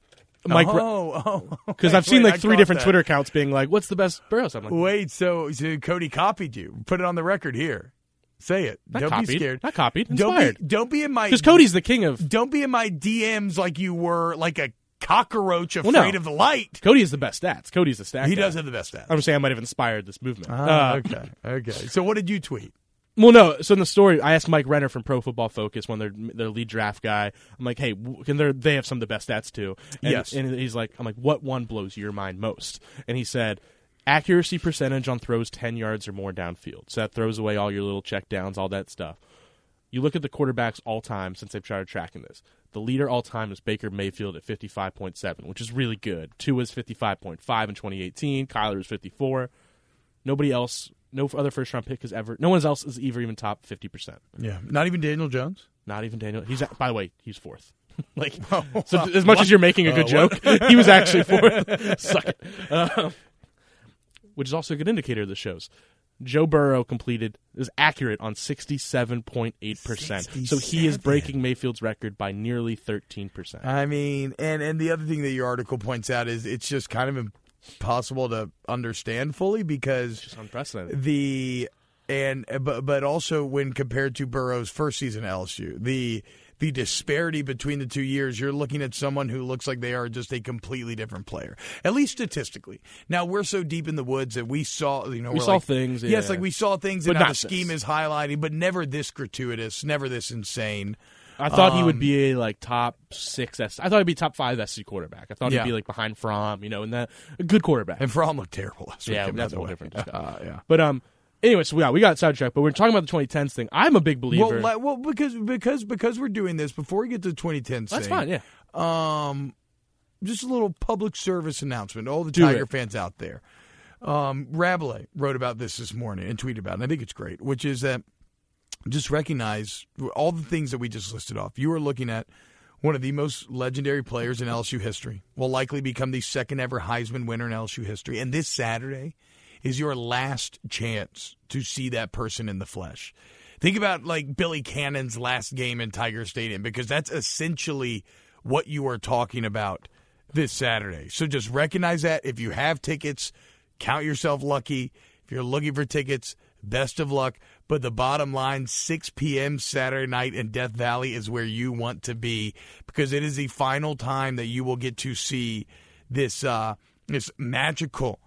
B: Mike, because
A: oh, oh,
B: I've seen
A: wait, I
B: like three
A: caught
B: different
A: that.
B: Twitter accounts being like, what's the best Burrows? I'm like,
A: Wait, so, so Cody copied you. Put it on the record here. Say it.
B: not
A: don't
B: copied,
A: be scared.
B: not copied,
A: Don't
B: inspired.
A: be, don't be in my
B: Because Cody's the king of
A: don't be in my DMs like you were like a cockroach afraid
B: no.
A: of the light.
B: Cody is the best stats. Cody's the stat.
A: He
B: guy.
A: does have the best stats.
B: I'm saying I might have inspired this movement.
A: Ah,
B: Uh,
A: okay, okay. So what did you tweet?
B: Well, no. So in the story, I asked Mike Renner from Pro Football Focus, one of their their lead draft guy. I'm like, hey, w- can they they have some of the best stats too? And,
A: Yes.
B: And he's like, I'm like, what one blows your mind most? And he said, accuracy percentage on throws ten yards or more downfield. So that throws away all your little checkdowns, all that stuff. You look at the quarterbacks all time since they've started tracking this. The leader all time is Baker Mayfield at 55.7, which is really good. Two was 55.5 in 2018. Kyler was 54. Nobody else, no other first round pick has ever, no one else is ever even top 50%.
A: Yeah, not even Daniel Jones.
B: Not even Daniel. He's, by the way, he's fourth. like, so as much as you're making a good
A: Oh, Uh,
B: joke, he was actually fourth. Suck it. Um, which is also a good indicator of the shows. Joe Burrow completed is accurate on 67.8%. So he is
A: 67.
B: breaking Mayfield's record by nearly 13%.
A: I mean, and and the other thing that your article points out is it's just kind of impossible to understand fully because
B: Just unprecedented.
A: the and but but also when compared to Burrow's first season at LSU, the the disparity between the two years, you're looking at someone who looks like they are just a completely different player, at least statistically. Now we're so deep in the woods that we saw, you know,
B: We
A: we're
B: saw
A: like-
B: things,
A: Yes,
B: yeah.
A: like we saw things,
B: But
A: and how the
B: not
A: scheme
B: this.
A: is highlighting, but never this gratuitous, never this insane.
B: I thought he
A: Um,
B: would be a like top six S. I thought he'd be top five SC quarterback. I thought
A: Yeah.
B: he'd be like behind Fromm, you know, and that a good quarterback.
A: And Fromm looked terrible last
B: Yeah,
A: weekend. by
B: that's
A: the
B: a whole
A: way.
B: different discussion.
A: Uh, yeah.
B: But um, anyway, so yeah, we got sidetracked. But we're talking about the 2010s thing. I'm a big believer.
A: Well, le- well, because because because we're doing this before we get to 2010.
B: That's
A: thing,
B: fine. Yeah.
A: um, just a little public service announcement. All the
B: Do
A: Tiger
B: it.
A: fans out there. Um, Rabelais wrote about this this morning and tweeted about it, and I think it's great, which is that just recognize all the things that we just listed off. You are looking at one of the most legendary players in LSU history, will likely become the second ever Heisman winner in LSU history. And this Saturday is your last chance to see that person in the flesh. Think about like Billy Cannon's last game in Tiger Stadium because that's essentially what you are talking about this Saturday. So just recognize that if you have tickets, count yourself lucky. If you're looking for tickets, best of luck. But the bottom line 6 p.m. Saturday night in Death Valley is where you want to be because it is the final time that you will get to see this uh, this magical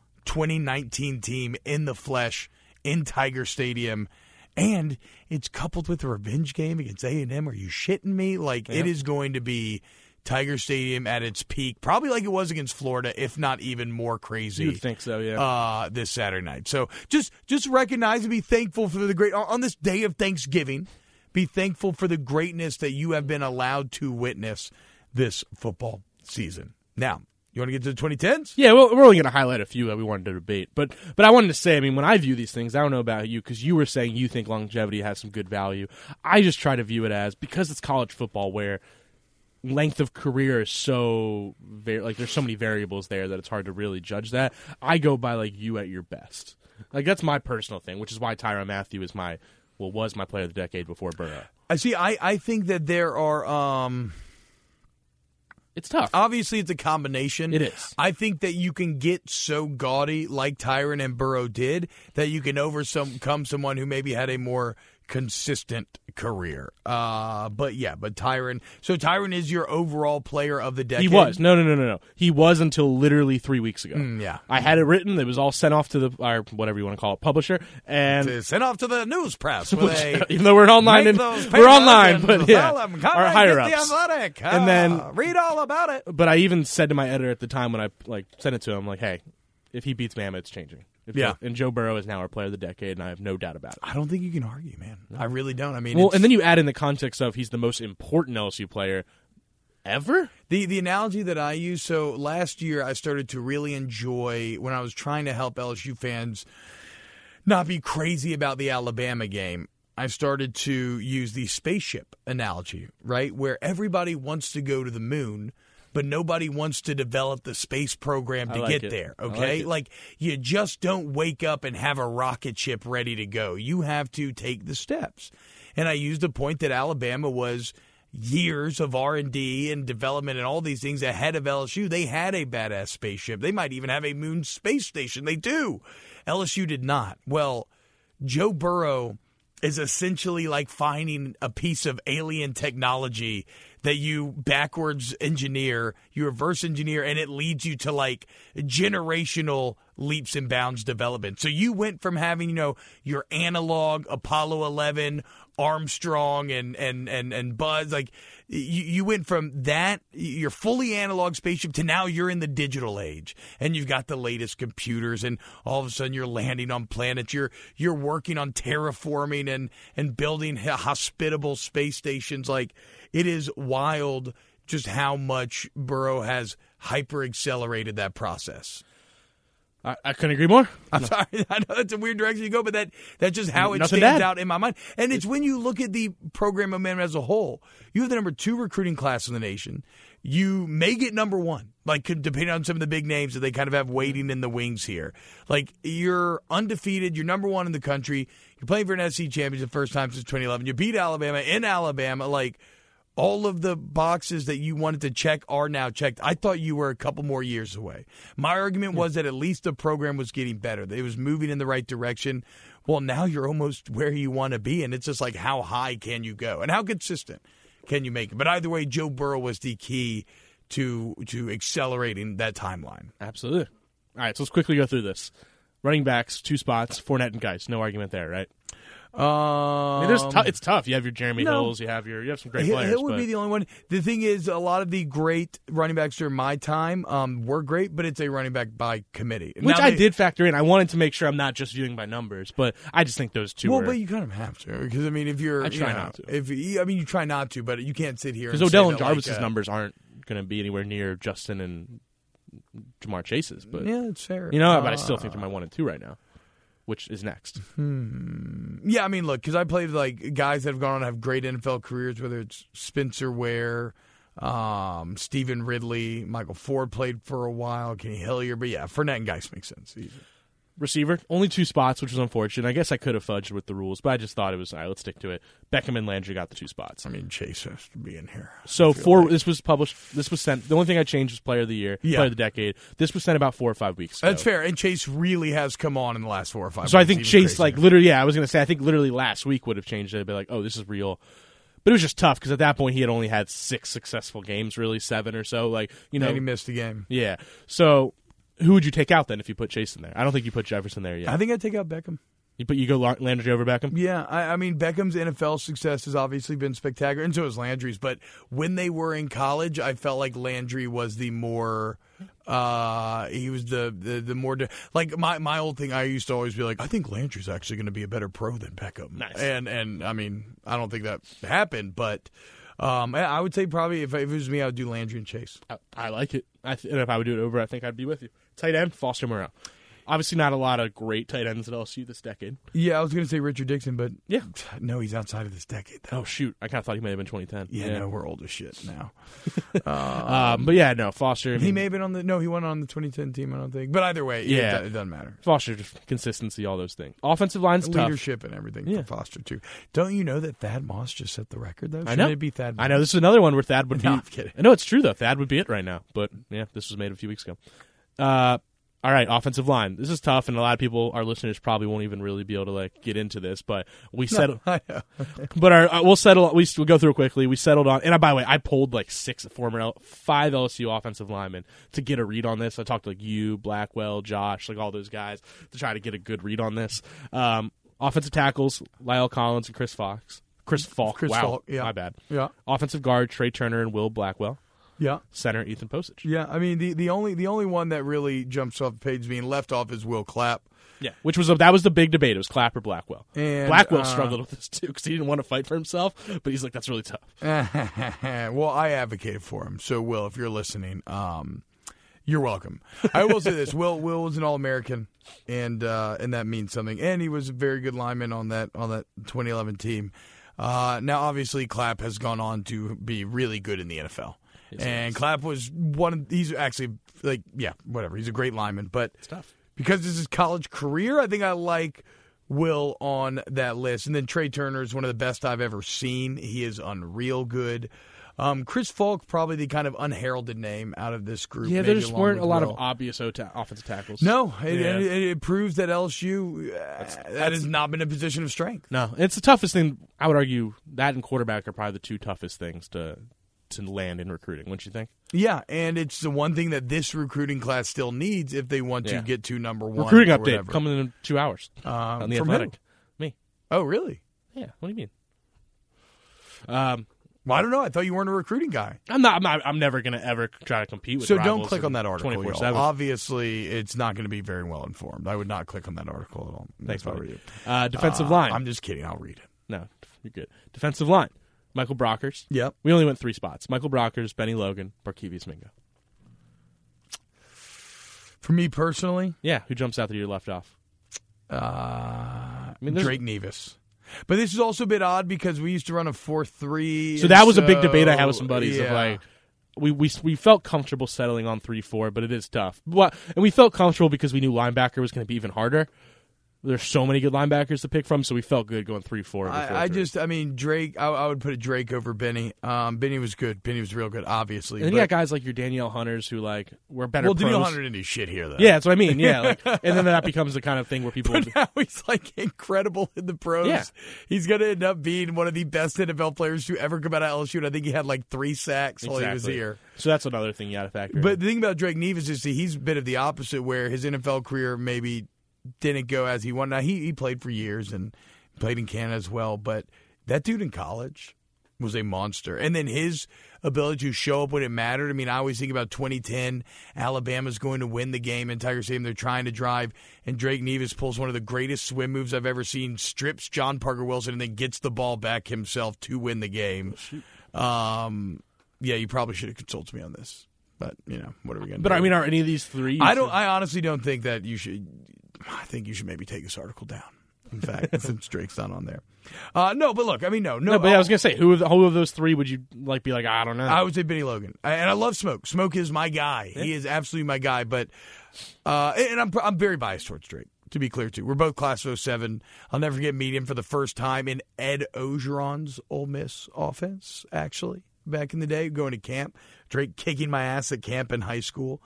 A: 2019 team in the flesh in Tiger Stadium. And it's coupled with a revenge game against A&M. Are you shitting me? Like, it is going to be Tiger Stadium at its peak, probably like it was against Florida, if not even more crazy
B: You'd think so, yeah.
A: uh, this Saturday night. So just just recognize and be thankful for the great on- on this day of Thanksgiving. Be thankful for the greatness that you have been allowed to witness this football season. Now, you want to get to the 2010s?
B: Yeah, well, we're only going to highlight a few that we wanted to debate, but but I wanted to say, I mean, when I view these things, I don't know about you because you were saying you think longevity has some good value. I just try to view it as because it's college football, where length of career is so var- like there's so many variables there that it's hard to really judge that. I go by like you at your best, like that's my personal thing, which is why Tyron Matthew is my well was my player of the decade before Burrow.
A: I see. I I think that there are. um
B: It's tough.
A: Obviously, it's a combination.
B: It is.
A: I think that you can get so gaudy, like Tyron and Burrow did, that you can overcome someone who maybe had a more consistent career. Uh, but yeah, but Tyron. So Tyron is your overall player of the
B: He
A: decade.
B: was no no no no no. He was until literally three weeks ago.
A: yeah.
B: I had it written. It was all sent off to the or whatever you want to call it, publisher. And
A: Sent off to the news press with a.
B: even though we're online,
A: Make
B: and,
A: those
B: uh, we're online,
A: papers
B: but
A: and
B: yeah,
A: sell 'em. Come
B: our
A: and
B: higher
A: get the
B: ups.
A: Athletic.
B: And
A: Uh,
B: then-
A: read all about it.
B: But I even said to my editor at the time when I like sent it to him, like, hey, if he beats Bama, it's changing. If
A: Yeah.
B: and Joe Burrow is now our player of the decade, and I have no doubt about it.
A: I don't think you can argue, man. I really don't. I mean,
B: Well,
A: it's-
B: and then you add in the context of he's the most important LSU player ever.
A: The the analogy that I use so last year I started to really enjoy when I was trying to help LSU fans not be crazy about the Alabama game. I started to use the spaceship analogy, right? Where everybody wants to go to the moon, but nobody wants to develop the space program to
B: like
A: get
B: it.
A: there,
B: I like
A: okay?
B: it.
A: like you just don't wake up and have a rocket ship ready to go. You have to take the steps. And I used the point that Alabama was years of R&D and development and all these things ahead of LSU. They had a badass spaceship. They might even have a moon space station. They do. LSU did not. Well, Joe Burrow is essentially like finding a piece of alien technology that you backwards engineer, you reverse engineer, and it leads you to like generational leaps and bounds development. So you went from having, you know, your analog Apollo 11, Armstrong, and and and and Buzz, like you, you went from that your fully analog spaceship to now you're in the digital age and you've got the latest computers and all of a sudden you're landing on planets you're you're working on terraforming and and building h- hospitable space stations like it is wild just how much Burrow has hyper accelerated that process.
B: I, I couldn't agree more.
A: I'm sorry, I know that's a weird direction to go, but that that's just how it
B: Nothing
A: stands
B: bad.
A: out in my mind. And it's when you look at the program momentum as a whole, you have the number two recruiting class in the nation. You may get number one, like could- depending on some of the big names that they kind of have waiting in the wings here. Like you're undefeated, you're number one in the country. You're playing for an SC championship first time since 2011. You beat Alabama in Alabama, like. All of the boxes that you wanted to check are now checked. I thought you were a couple more years away. My argument was that at least the program was getting better. that It was moving in the right direction. Well, now you're almost where you want to be, and it's just like how high can you go and how consistent can you make it? But either way, Joe Burrow was the key to to accelerating that timeline.
B: Absolutely. All right, so let's quickly go through this. Running backs, two spots, Fournette and Geis. No argument there, right? I
A: Um,
B: mean, there's tou- it's tough. You have your Jeremy
A: no.
B: Hills. You have your you have some Uh, great
A: Hill,
B: players.
A: Hill would
B: but-
A: be the only one. The thing is, a lot of the great running backs during my time um, were great, but it's a running back by committee,
B: which
A: Now
B: I
A: they-
B: did factor in. I wanted to make sure I'm not just viewing by numbers, but I just think those two
A: Well,
B: were
A: but you kind of have to because I mean, if you're,
B: I try
A: you know,
B: not to.
A: If you- I mean, you try not to, but you can't sit here
B: because
A: and say
B: Odell and
A: that,
B: Jarvis's
A: like, uh,
B: numbers aren't going to be anywhere near Justin and Jamar Chase's. But
A: Yeah, Uh. it's fair.
B: you know, but I still think they're my one and two right now, which is next.
A: Um, Yeah, I mean, look, because I played with, like guys that have gone on to have great NFL careers, whether it's Spencer Ware, um, Stephen Ridley, Michael Ford played for a while, Kenny Hillier, but yeah, Fournette and Geis make sense. Easy.
B: receiver. Only two spots, which was unfortunate. I guess I could have fudged with the rules, but I just thought it was all right. Let's stick to it. Beckham and Landry got the two spots.
A: I mean, Chase has to be in here.
B: So
A: I feel
B: four.
A: like.
B: This was published. This was sent. The only thing I changed was player of the year,
A: Yeah.
B: player of the decade. This was sent about four or five weeks ago.
A: That's fair. And Chase really has come on in the last four or five.
B: So I
A: weeks,
B: think
A: even
B: Chase,
A: crazier.
B: like literally, yeah, I was gonna say, I think literally last week would have changed it. I'd be like, oh, this is real. But it was just tough because at that point he had only had six successful games, really seven or so. Like you know,
A: and he missed the game.
B: yeah. So who would you take out then if you put Chase in there? I don't think you put Jefferson there yet.
A: I think I take out Beckham.
B: You put you go La- Landry over Beckham.
A: Yeah, I, I mean Beckham's NFL success has obviously been spectacular, and so has Landry's. But when they were in college, I felt like Landry was the more, uh, he was the the, the more de- like my my old thing. I used to always be like, I think Landry's actually going to be a better pro than Beckham.
B: Nice.
A: And and I mean, I don't think that happened, but um, I- I would say probably if, if it was me, I would do Landry and Chase.
B: I, I like it. I th- and if I would do it over, I think I'd be with you. Tight end Foster Moreau. Obviously, not a lot of great tight ends at LSU this decade.
A: Yeah, I was going to say Richard Dixon, but
B: Yeah.
A: no, he's outside of this decade. Though.
B: Oh shoot, I kind of thought he may have been 2010.
A: Yeah, no, we're old as shit now.
B: Um, but yeah, no Foster. I
A: He
B: mean,
A: may have been on the no. He went on the 2010 team. I don't think. But either way, yeah,
B: Yeah.
A: it, do- it doesn't matter.
B: Foster just consistency, all those things. Offensive line's tough.
A: Leadership and everything
B: Yeah.
A: for Foster too. Don't you know that Thad Moss just set the record though? Shouldn't
B: know.
A: It be Thad.
B: I know this is another one where Thad would be.
A: No, I'm kidding.
B: I know it's true though. Thad would be it right now, but yeah, this was made a few weeks ago. Uh, all right, offensive line. This is tough, and a lot of people, our listeners, probably won't even really be able to like get into this. But we settled.
A: I know.
B: But our uh, we'll settle. We we'll go through it quickly. We settled on. And uh, by the way, I pulled like six former L- five LSU offensive linemen to get a read on this. I talked to like you, Blackwell, Josh, like all those guys to try to get a good read on this. Um, offensive tackles: Lyle Collins and Chris Fox. Chris Falk.
A: Chris
B: wow,
A: Falk, yeah.
B: my bad.
A: Yeah,
B: Offensive guard Trey Turner and Will Blackwell.
A: yeah,
B: Center Ethan Posich.
A: yeah. I mean, the, the only the only one that really jumps off the page being left off is Will Clapp.
B: Yeah, which was that was the big debate. It was Clapp or Blackwell.
A: And,
B: Blackwell
A: uh,
B: struggled with this too because he didn't want to fight for himself, but he's like, that's really tough.
A: well, I advocated for him. So, Will, if you're listening, um, you're welcome. I will say this: Will Will was an All American, and uh, and that means something. And he was a very good lineman on that on that 2011 team. Uh, now, obviously, Clapp has gone on to be really good in the NFL. and Clapp was one. Of, he's actually like, yeah, whatever. He's a great lineman, but
B: It's tough.
A: because this is his college career, I think I like Will on that list. And then Trey Turner is one of the best I've ever seen. He is unreal good. Um, Chris Falk, probably the kind of unheralded name out of this group.
B: Yeah,
A: maybe
B: there just
A: along
B: weren't a
A: with
B: lot
A: Will.
B: of obvious o- ta- offensive tackles.
A: No, it,
B: Yeah.
A: it, it proves that LSU uh, that has not been a position of strength.
B: no. It's the toughest thing. I would argue that and quarterback are probably the two toughest things to to land in recruiting. Wouldn't you think?
A: Yeah, and it's the one thing that this recruiting class still needs if they want to
B: Yeah.
A: get to number one.
B: recruiting
A: or
B: update
A: whatever.
B: coming in two hours
A: um,
B: on the
A: from who?
B: athletic. Me.
A: Oh, really?
B: Yeah. What do you mean? Um,
A: Well, I don't know. I thought you weren't a recruiting guy.
B: I'm not. I'm, not, I'm never gonna ever try to compete with.
A: So don't click on that article.
B: Twenty
A: y'all.
B: four seven.
A: Obviously, it's not going to be very well informed. I would not click on that article at all.
B: Thanks,
A: If I
B: buddy.
A: were you.
B: Uh, defensive
A: Uh,
B: line.
A: I'm just kidding. I'll read it.
B: No, you're good. Defensive line. Michael Brockers.
A: Yep.
B: We only went three spots. Michael Brockers, Benny Logan, Barkevius Mingo.
A: For me personally,
B: Yeah, who jumps out that you left off?
A: uh, I
B: mean, there's-
A: Drake Nevis. But this is also a bit odd because we used to run a four three.
B: So that was a big debate I had with some buddies of
A: yeah.
B: like we, we we felt comfortable settling on three four, but it is tough. But, and we felt comfortable because we knew linebacker was going to be even harder. There's so many good linebackers to pick from, so we felt good going three four. over four,
A: I, I
B: three.
A: just, I mean, Drake. I, I would put a Drake over Benny. Um, Benny was good. Benny was real good, obviously.
B: and then
A: but,
B: you got guys like your Danielle Hunters who like were better.
A: well,
B: pros.
A: Daniel Hunter didn't do shit here though.
B: Yeah, that's what I mean. Yeah, like, and then that becomes the kind of thing where people.
A: but now he's like incredible in the pros.
B: Yeah.
A: He's going to end up being one of the best NFL players to ever come out of LSU. And I think he had like three sacks while he was
B: Exactly.
A: here.
B: So that's another thing you got to factor. in.
A: But the thing about Drake Nevis is that he's a bit of the opposite, where his NFL career maybe didn't go as he wanted. Now, he, he played for years and played in Canada as well, but that dude in college was a monster. And then his ability to show up when it mattered. I mean, I always think about 2010, Alabama's going to win the game in Tiger Stadium. They're trying to drive, and Drake Nevis pulls one of the greatest swim moves I've ever seen, strips John Parker Wilson, and then gets the ball back himself to win the
B: Oh,
A: game. Um, yeah, you probably should have consulted me on this. But you know, what are we gonna
B: But
A: do?
B: I mean, are any of these three?
A: I don't. I honestly don't think that you should. I think you should maybe take this article down. In fact, since Drake's not on there, uh, no. But look, I mean, no, no.
B: No, but
A: I,
B: I was gonna say who of the, who of those three would you like be like? "Ah, I don't know.
A: I would say Benny Logan, I, and I love Smoke. Smoke is my guy. He is absolutely my guy. But uh, and I'm I'm very biased towards Drake. to be clear, too. We're both class of 07. I'll never forget meeting him for the first time in Ed Ogeron's Ole Miss offense, actually, back in the day, going to camp. Drake kicking my ass at camp in high school.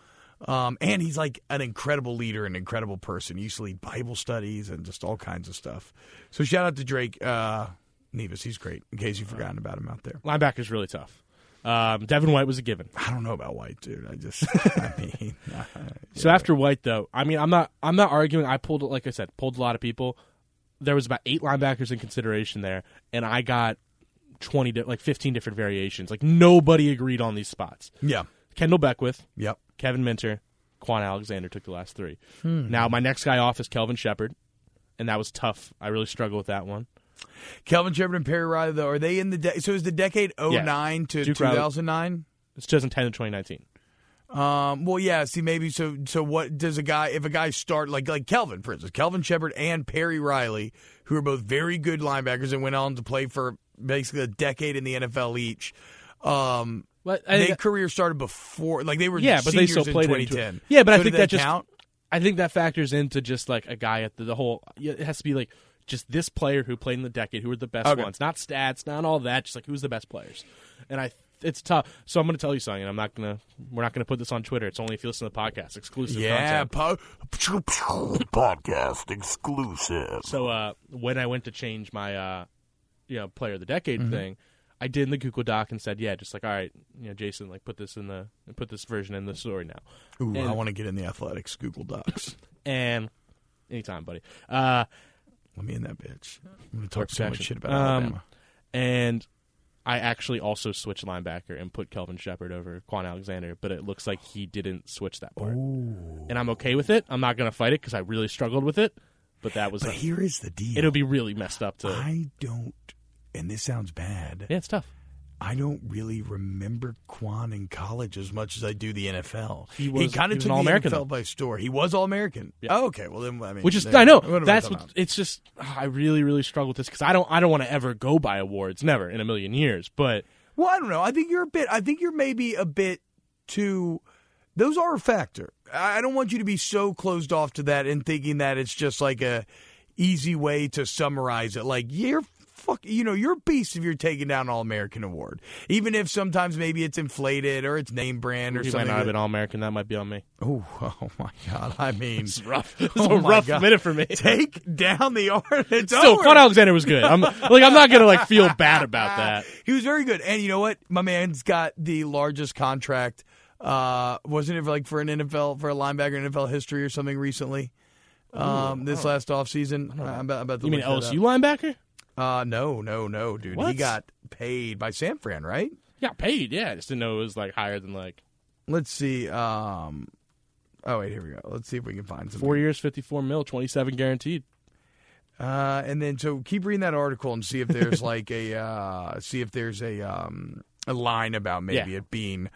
A: Um, and he's like an incredible leader, an incredible person. He used to lead Bible studies and just all kinds of stuff. So shout out to Drake uh, Nevis. He's great, in case you've forgotten about him out there.
B: Linebacker's really tough. Um, Devin White was a given.
A: I don't know about White, dude. I just, I mean, uh,
B: So after White, though, I mean, I'm not, I'm not arguing. I pulled, like I said, pulled a lot of people. There was about eight linebackers in consideration there, and I got twenty, di- like fifteen different variations. Like nobody agreed on these spots.
A: yeah,
B: Kendall Beckwith,
A: yep.
B: Kevin Minter, Quan Alexander took the last three. Now my next guy off is Kelvin Shepard, and that was tough. I really struggled with that one.
A: Kelvin Shepard and Perry Riley, though, are they in the de- so is the decade 09 to
B: Duke Riley.
A: 2009?
B: It's 2010 to 2019.
A: Um, well, yeah. See, maybe so. So, what does a guy if a guy start like like Kelvin, for instance, Kelvin Shepard and Perry Riley, who are both very good linebackers and went on to play for basically a decade in the NFL each. Um,
B: But
A: their career started before, like they were
B: yeah, but they
A: seniors
B: still
A: in
B: played it in
A: 2010.
B: tw- yeah, but I
A: So did
B: think
A: that
B: that just
A: count?
B: I think that factors into just like a guy at the, the whole. yeah, It has to be like just this player who played in the decade, who were the best
A: Okay.
B: ones, not stats, not all that. Just like who's the best players, and I. It's tough. So I'm going to tell you something. and I'm not going to. We're not going to put this on Twitter. It's only if you listen to the podcast, exclusive.
A: yeah,
B: content.
A: po-
C: podcast exclusive.
B: So uh, when I went to change my uh, you know player of the decade
A: Mm-hmm.
B: thing, I did in the Google Doc and said, yeah, just like all right, you know, Jason, like put this in the put this version in the story now.
A: Ooh, I
B: And-
A: want to get in the athletics Google Docs.
B: And anytime, buddy. Uh,
A: Let me in that bitch. I'm gonna talk
B: Work
A: so much
B: section.
A: shit about
B: Um,
A: Alabama.
B: and I actually also switched linebacker and put Kelvin Shepard over Quan Alexander, but it looks like he didn't switch that part, and I'm okay with it. I'm not going to fight it because I really struggled with it, but that was
A: But here is the deal.
B: it'll be really messed up to.
A: I don't, and this sounds bad.
B: yeah, it's tough.
A: I don't really remember Quan in college as much as I do the NFL.
B: He was-
A: kind
B: he
A: of took
B: was an
A: the
B: All-American,
A: NFL
B: though.
A: by store. He was all American.
B: Yeah.
A: Oh, okay. Well, then I mean,
B: Which is
A: there-
B: I know
A: what am I
B: that's
A: talking
B: what
A: about?
B: it's just. I really really struggle with this because I don't I don't want to ever go by awards never in a million years. But
A: Well, I don't know. I think you're a bit. I think you're maybe a bit too. Those are a factor. I I don't want you to be so closed off to that and thinking that it's just like a easy way to summarize it. Like you're fuck, you know, you're a beast if you're taking down an All American award, even if sometimes maybe it's inflated or it's name brand or
B: he might
A: something.
B: not have been all American. That might be on me.
A: oh, oh my god! I mean,
B: It's rough. It's
A: Oh
B: a
A: my
B: rough
A: God.
B: minute for me.
A: take down the art. It's
B: Still,
A: over.
B: Quan Alexander was good. I'm like I'm not gonna like feel bad about that.
A: He was very good. And you know what? My man's got the largest contract. Uh, wasn't it like for an NFL for a linebacker in NFL history or something recently? Um, this
B: oh.
A: last offseason. Uh, I'm about, I'm about to
B: You mean
A: look that
B: LSU linebacker?
A: up. Uh, no, no, no, dude. He
B: What?
A: got paid by San Fran, right?
B: He got paid, yeah. I just didn't know it was like higher than like
A: Let's see. Um, oh wait, here we go. Let's see if we can find something.
B: four years, fifty four mil, twenty seven guaranteed.
A: Uh, and then so keep reading that article and see if there's like a uh, see if there's a um, a line about maybe
B: Yeah.
A: it being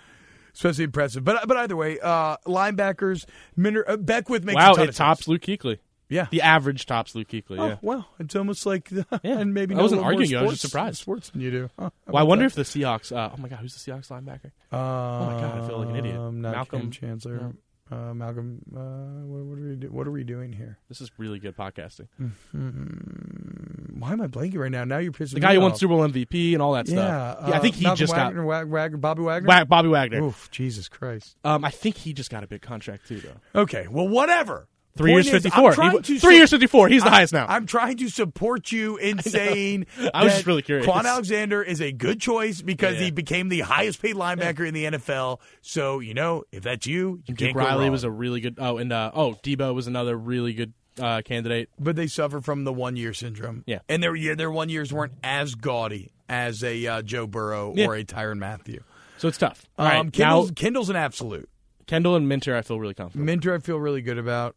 A: especially impressive. But but either way, uh, linebackers, Minner, uh, Beckwith makes
B: wow,
A: a ton
B: it
A: of
B: tops
A: sense.
B: Luke Kuechly.
A: Yeah.
B: The average tops Luke Kuechly.
A: Oh
B: yeah.
A: wow, it's almost like
B: Yeah.
A: and maybe
B: I
A: no
B: wasn't
A: one more
B: arguing you, I was
A: sports-
B: just surprised. Oh
A: Sports than you do. Huh, how
B: Well, I
A: about
B: wonder
A: that?
B: if the Seahawks. Uh, oh my God, who's the Seahawks linebacker?
A: oh
B: my God, I feel like an idiot.
A: Um, not
B: Malcolm-
A: Kim Chancellor. Uh, Malcolm, uh, what, what are we do, what are we doing here?
B: This is really good podcasting.
A: Why am I blanking right now? Now you're pissing
B: The
A: me
B: guy who won
A: off.
B: Super Bowl MVP and all that
A: yeah,
B: stuff. yeah, I
A: uh,
B: think he
A: Malcolm
B: just
A: Wagner, Wag- Wagner, Bobby Wagner.
B: got Wa- Bobby Wagner.
A: Oof, Jesus Christ.
B: Um, I think he just got a big contract too, though.
A: Okay, well, whatever.
B: Three
A: Point
B: years,
A: is,
B: fifty
A: I'm
B: four.
A: trying to
B: Three
A: su-
B: years, fifty four. He's the highest now.
A: I'm trying to support you in saying
B: I was
A: that
B: just really curious.
A: Quan Alexander is a good choice because
B: Yeah, yeah.
A: he became the highest paid linebacker in the NFL. So you know, if that's you, you
B: Duke
A: can't
B: Riley
A: go
B: was a really good. Oh, and uh, oh, Debo was another really good uh, candidate.
A: but they suffer from the one year syndrome.
B: Yeah.
A: and their yeah, their one years weren't as gaudy as a uh, Joe Burrow
B: Yeah.
A: or a Tyron Matthew.
B: So it's tough. All
A: Um,
B: right,
A: Kendall's,
B: now
A: Kendall's an absolute.
B: Kendall and Minter, I feel really confident.
A: Minter, I feel really good about.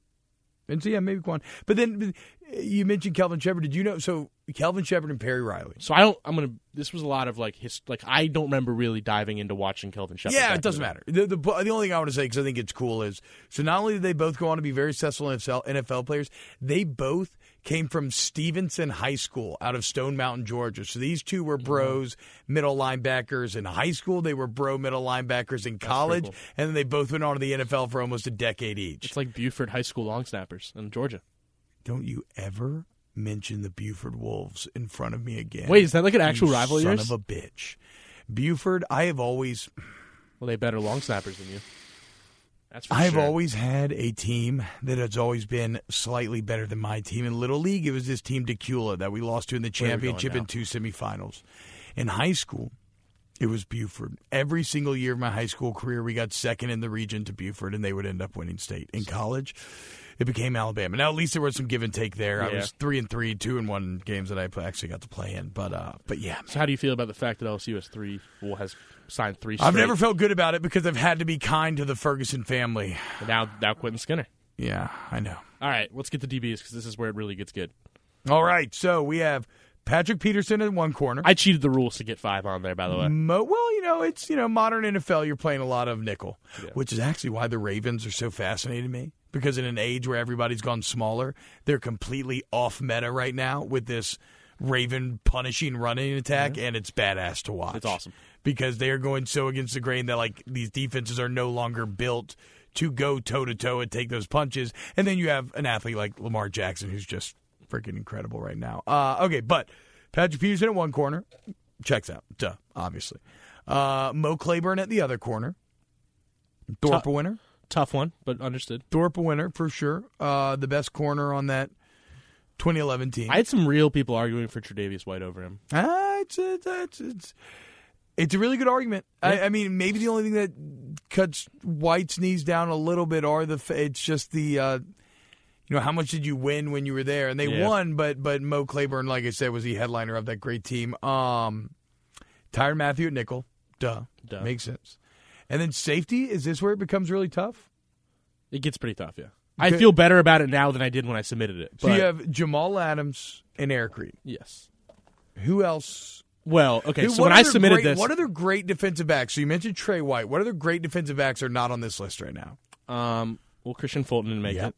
A: And so, yeah, maybe Quan. But then uh, you mentioned Kelvin Shepard. Did you know? So, Kelvin Shepard and Perry Riley.
B: So I don't. I'm gonna. This was a lot of like his. Like I don't remember really diving into watching Kelvin Shepard.
A: Yeah,
B: back in
A: it doesn't
B: the day.
A: matter. The, the, the only thing I want to say, because I think it's cool, is so not only did they both go on to be very successful NFL, NFL players, they both came from Stevenson High School out of Stone Mountain, Georgia. So these two were bros, middle linebackers in high school. They were bro middle linebackers in college.
B: cool.
A: And then they both went on to the NFL for almost a decade each.
B: It's like Buford High School long snappers in Georgia.
A: Don't you ever mention the Buford Wolves in front of me again.
B: Wait, is that like an actual
A: you
B: rival of
A: Son of
B: yours?
A: a bitch. Buford, I have always
B: Well, they better long snappers than you. That's for
A: I've
B: sure.
A: always had a team that has always been slightly better than my team. In Little League, it was this team Decula that we lost to in the
B: Where are we going
A: championship in
B: now?
A: two semifinals. In high school, it was Buford. Every single year of my high school career, we got second in the region to Buford, and they would end up winning state. In college, it became Alabama. Now, at least there was some give and take there. I
B: Yeah.
A: was three and three, two and one games that I actually got to play in. But uh, but yeah,
B: So how do you feel about the fact that LSU has three? Well, has signed three.
A: I've
B: straight,
A: never felt good about it because I've had to be kind to the Ferguson family.
B: and now now Quentin Skinner.
A: Yeah, I know.
B: All right, let's get the DBs because this is where it really gets good.
A: All right, so we have Patrick Peterson in one corner.
B: I cheated the rules to get five on there, by the way.
A: Mo- well, you know, it's you know modern NFL. You're playing a lot of nickel, which is actually why the Ravens are so fascinating to me. Because in an age where everybody's gone smaller, they're completely off meta right now with this Raven punishing running attack, and it's badass to watch.
B: It's awesome.
A: because they are going so against the grain that like these defenses are no longer built to go toe to toe and take those punches. And then you have an athlete like Lamar Jackson who's just freaking incredible right now. Uh, okay, but Patrick Peterson at one corner checks out, duh, obviously. Uh, Mo Claiborne at the other corner. Thorpe a winner.
B: Tough one, but understood.
A: Thorpe a winner for sure. Uh, the best corner on that 2011 team.
B: I had some real people arguing for Tre'Davious White over him.
A: Ah, it's, it's, it's, it's, it's a really good argument. I, I mean, maybe the only thing that cuts White's knees down a little bit are the. f- It's just the. Uh, you know how much did you win when you were there, and they
B: Yeah.
A: won. But but Mo Claiborne, like I said, was the headliner of that great team. Um, Tyron Matthew at nickel, duh,
B: Duh.
A: makes sense. And then safety is this where it becomes really tough?
B: It gets pretty tough, yeah. I
A: Good.
B: feel better about it now than I did when I submitted it.
A: So
B: but-
A: you have Jamal Adams and Eric Reed.
B: yes.
A: Who else
B: Well, okay.
A: Dude,
B: so
A: what
B: when I
A: other
B: submitted
A: great,
B: this,
A: what other great defensive backs? So you mentioned Trey White. What other great defensive backs are not on this list right now?
B: um, well, Christian Fulton didn't make
A: Yep.
B: it.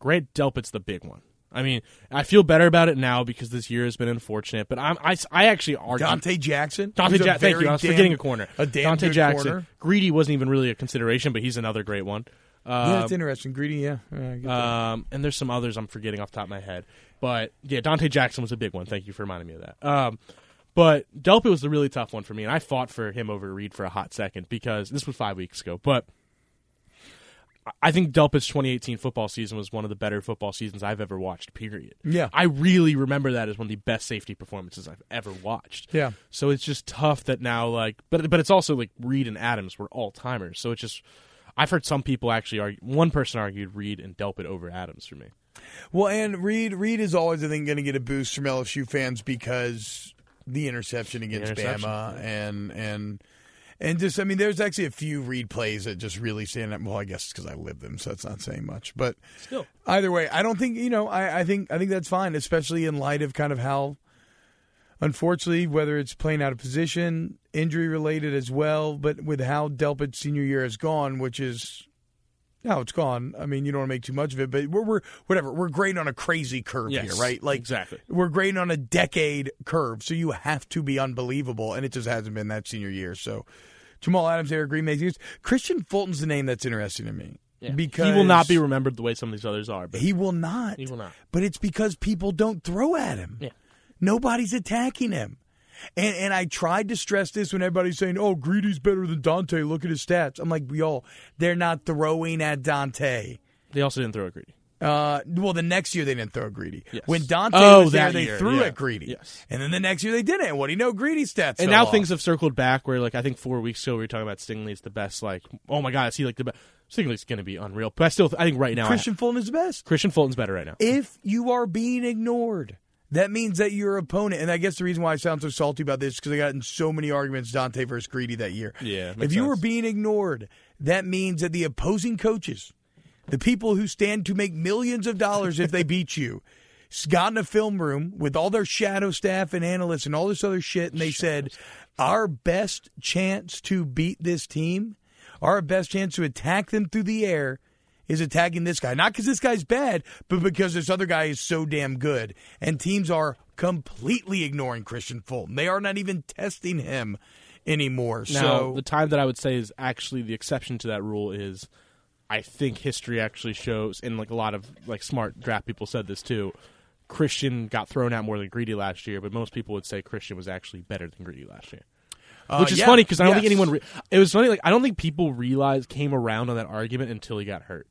B: Grant Delpit's the big one. I mean, I feel better about it now because this year has been unfortunate. But I'm, I, s- I actually argue
A: Dante Jackson.
B: Dante
A: who's a
B: Jackson. Thank
A: very
B: you. I was
A: damn-
B: forgetting a corner.
A: A damn
B: Dante
A: good
B: Jackson.
A: corner.
B: Greedy wasn't even really a consideration, but he's another great one.
A: yeah,
B: Um,
A: that's interesting. Greedy. Yeah. Yeah, I get that.
B: um, and there's some others I'm forgetting off the top of my head. But yeah, Dante Jackson was a big one. Thank you for reminding me of that. Um, but Delpit was the really tough one for me, and I fought for him over Reed for a hot second because this was five weeks ago. But I think Delpit's 2018 football season was one of the better football seasons I've ever watched. Period.
A: Yeah.
B: I really remember that as one of the best safety performances I've ever watched.
A: Yeah.
B: So it's just tough that now, like, but but it's also like Reed and Adams were all timers. So it's just, I've heard some people actually argue. One person argued Reed and Delpit over Adams for me.
A: well, and Reed. Reed is always I think going to get a boost from LSU fans because the interception against
B: interception.
A: Bama and and. And just, I mean, there's actually a few Reed plays that just really stand out. Well, I guess because I live them, so that's not saying much. But
B: Still,
A: either way, I don't think you know. I, I think I think that's fine, especially in light of kind of how, unfortunately, whether it's playing out of position, injury related as well, but with how Delpit's senior year has gone, which is now it's gone. I mean, you don't want to make too much of it, but we're, we're whatever. We're grading on a crazy curve
B: yes,
A: here, right? Like
B: exactly.
A: we're grading on a decade curve, so you have to be unbelievable, and it just hasn't been that senior year. So Jamal Adams, Eric Green, Matthews, Christian Fulton's the name that's interesting to me. Because
B: he will not be remembered the way some of these others are. But
A: he will not.
B: He will not.
A: But it's because people don't throw at him.
B: Yeah.
A: Nobody's attacking him. And and I tried to stress this when everybody's saying, "Oh, Greedy's better than Dante. Look at his stats." I'm like, "Y'all, they're not throwing at Dante."
B: they also didn't throw a greedy.
A: Uh, well, the next year they didn't throw Greedy.
B: Yes.
A: When Dante
B: Oh,
A: was there,
B: that
A: they
B: year,
A: threw
B: yeah.
A: at Greedy.
B: Yes.
A: And then the next year they didn't. And What do you know? Greedy stats.
B: And
A: fell
B: now
A: off.
B: things have circled back where, like, I think four weeks ago we were talking about Stingley's the best. Like, oh my god, is he like the best? Stingley's going to be unreal. But I still, I think right now, I-
A: Christian Fulton is the best.
B: Christian Fulton's better right now.
A: If you are being ignored, that means that your opponent, and I guess the reason why I sound so salty about this is because I got in so many arguments Dante versus Greedy that year.
B: Yeah,
A: If
B: makes
A: you are
B: sense.
A: being ignored, that means that the opposing coaches, the people who stand to make millions of dollars if they beat you, s- got in a film room with all their shadow staff and analysts and all this other shit, and they said, Our best chance to beat this team, our best chance to attack them through the air is attacking this guy. Not because this guy's bad, but because this other guy is so damn good. And teams are completely ignoring Christian Fulton. They are not even testing him anymore.
B: Now,
A: so
B: the time that I would say is actually the exception to that rule is I think history actually shows, and like a lot of like smart draft people said this too. Christian got thrown out more than Greedy last year, but most people would say Christian was actually better than Greedy last year.
A: Uh,
B: Which is
A: yeah,
B: funny because I don't think
A: yes.
B: anyone. Re- it was funny. Like I don't think people realized came around on that argument until he got hurt,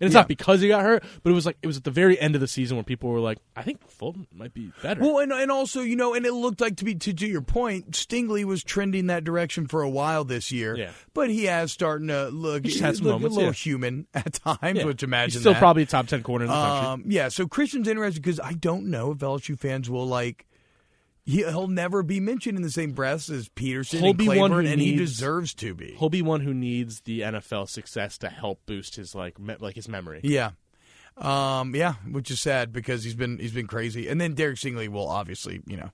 B: and it's
A: Yeah.
B: not because he got hurt, but it was like it was at the very end of the season when people were like, "I think Fulton might be better."
A: Well, and and also you know, and it looked like to be to, to your point, Stingley was trending that direction for a while this year.
B: Yeah.
A: but he has starting to look,
B: He's had some
A: look
B: moments,
A: a little
B: yeah.
A: human at times,
B: Yeah.
A: which imagine
B: he's still
A: that.
B: probably a top ten corner in the country.
A: Um, yeah, so Christian's interesting because I don't know if LSU fans will like. He, he'll never be mentioned in the same breath as Peterson
B: He'll
A: and
B: be one
A: Claiborne,
B: who
A: and he
B: needs-
A: deserves to be.
B: He'll be one who needs the NFL success to help boost his like me- like his memory.
A: Yeah. Um, yeah, which is sad because he's been he's been crazy. And then Derek Stingley will obviously, you know,